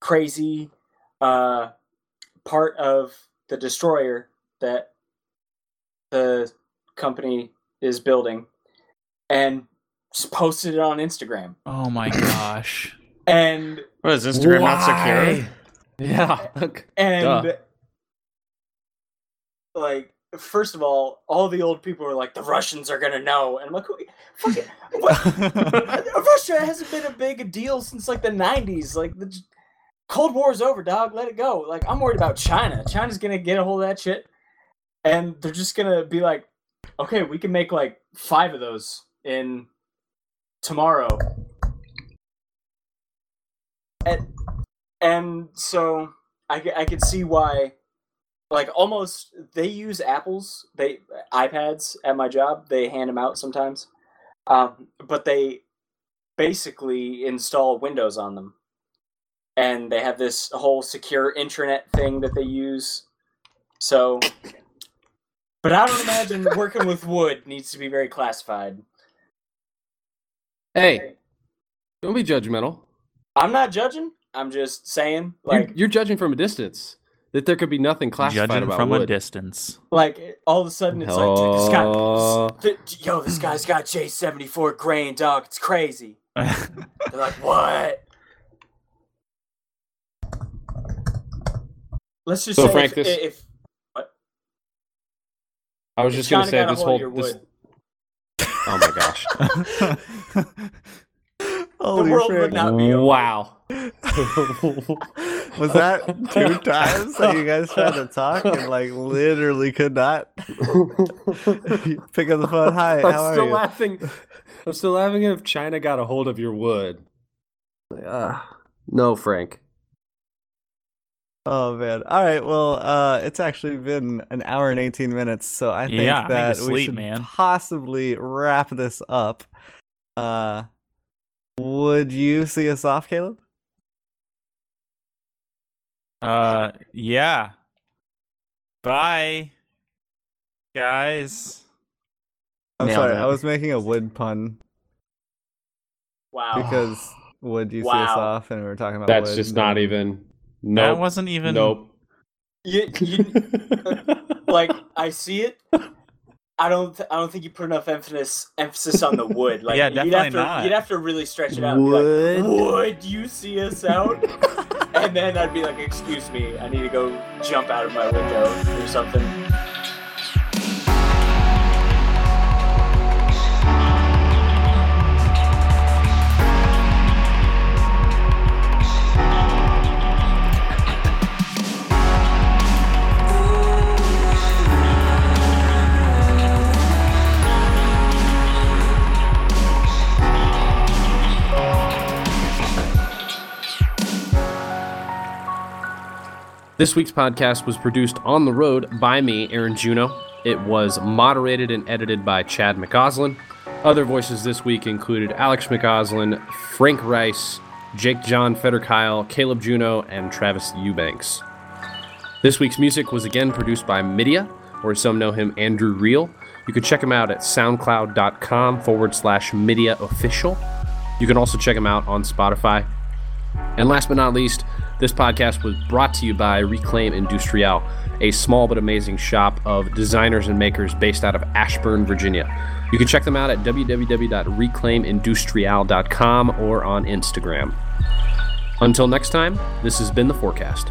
Speaker 5: crazy uh, part of the destroyer that the company is building and just posted it on instagram
Speaker 3: Oh my gosh.
Speaker 5: and
Speaker 4: What is Instagram not secure?
Speaker 2: Yeah. look.
Speaker 5: And like, first of all, all the old people were like, "The Russians are gonna know," and I'm like, "Who- "Fuck it, what? Russia hasn't been a big deal since like the '90s. Like the j- Cold War's over, dog. Let it go. Like I'm worried about China. China's gonna get a hold of that shit, and they're just gonna be like, "Okay, we can make like five of those in tomorrow." And and so I, c- I could see why like almost they use apples they ipads at my job they hand them out sometimes um, but they basically install windows on them and they have this whole secure intranet thing that they use so but i don't imagine working with wood needs to be very classified
Speaker 2: Hey, don't be judgmental.
Speaker 5: i'm not judging i'm just saying
Speaker 2: Like
Speaker 5: like
Speaker 2: you're, judging from a distance that there could be nothing classified
Speaker 3: Judging
Speaker 2: about
Speaker 3: from
Speaker 2: wood.
Speaker 3: a distance.
Speaker 5: Like it- all of a sudden, it's like this
Speaker 2: Oh.
Speaker 5: guy, this- th- yo, this guy's got J seventy four grain dog. It's crazy. They're like, what? Let's just
Speaker 8: So,
Speaker 5: say
Speaker 8: Frank,
Speaker 5: if,
Speaker 8: this-
Speaker 5: if
Speaker 8: I was
Speaker 5: if
Speaker 8: just gonna
Speaker 5: China
Speaker 8: say
Speaker 5: got a
Speaker 8: this
Speaker 5: hold of
Speaker 8: whole
Speaker 5: your
Speaker 8: this,
Speaker 5: wood,
Speaker 8: Oh my gosh.
Speaker 5: the
Speaker 1: Holy
Speaker 5: world would
Speaker 1: frick.
Speaker 5: not be over.
Speaker 2: wow.
Speaker 1: Was that two times that you guys tried to talk and like literally could not? You Pick up the phone. Hi,
Speaker 2: I'm
Speaker 1: how
Speaker 2: still
Speaker 1: are
Speaker 2: laughing. I'm still laughing if China got a hold of your wood. Uh,
Speaker 1: Ah,
Speaker 2: no, Frank.
Speaker 1: you? Oh man. All right. Well, uh, it's actually been an hour and eighteen minutes, so I think
Speaker 3: Yeah, I need to
Speaker 1: that we
Speaker 3: sleep,
Speaker 1: should
Speaker 3: man.
Speaker 1: possibly wrap this up. Uh, would you see us off, Caleb?
Speaker 3: Uh, yeah. Bye, guys.
Speaker 1: I'm
Speaker 4: Nailed
Speaker 1: sorry,
Speaker 4: it.
Speaker 1: I was making a wood pun
Speaker 3: Oh.
Speaker 5: Wow.
Speaker 1: because would you see us
Speaker 5: Wow.
Speaker 1: off, and we were talking about
Speaker 8: That's
Speaker 1: wood,
Speaker 8: just
Speaker 1: and
Speaker 8: not
Speaker 1: then-
Speaker 8: even
Speaker 3: That
Speaker 8: nope.
Speaker 3: wasn't even.
Speaker 8: nope.
Speaker 5: you, you, like I see it. I don't. Th- I don't think you put enough emphasis emphasis on the wood. Like
Speaker 3: Yeah,
Speaker 5: you'd have
Speaker 3: definitely
Speaker 5: to,
Speaker 3: not.
Speaker 5: You'd have to really stretch it out. and be like, Would you see us out? and then I'd be like, excuse me, I need to go jump out of my window or something.
Speaker 2: This week's podcast was produced on the road by me, Aaron Juno. It was moderated and edited by Chad McCausland. Other voices this week included Alex McCausland, Frank Rice, Jake John Feder Kyle, Caleb Juno, and Travis Eubanks. This week's music was again produced by Midia, or as some know him, Andrew Reel. You can check him out at soundcloud.com forward slash Midia official. You can also check him out on Spotify. And last but not least, this podcast was brought to you by Reclaim Industrial, a small but amazing shop of designers and makers based out of Ashburn, Virginia. You can check them out at www.reclaimindustrial.com or on Instagram. Until next time, this has been The Forecast.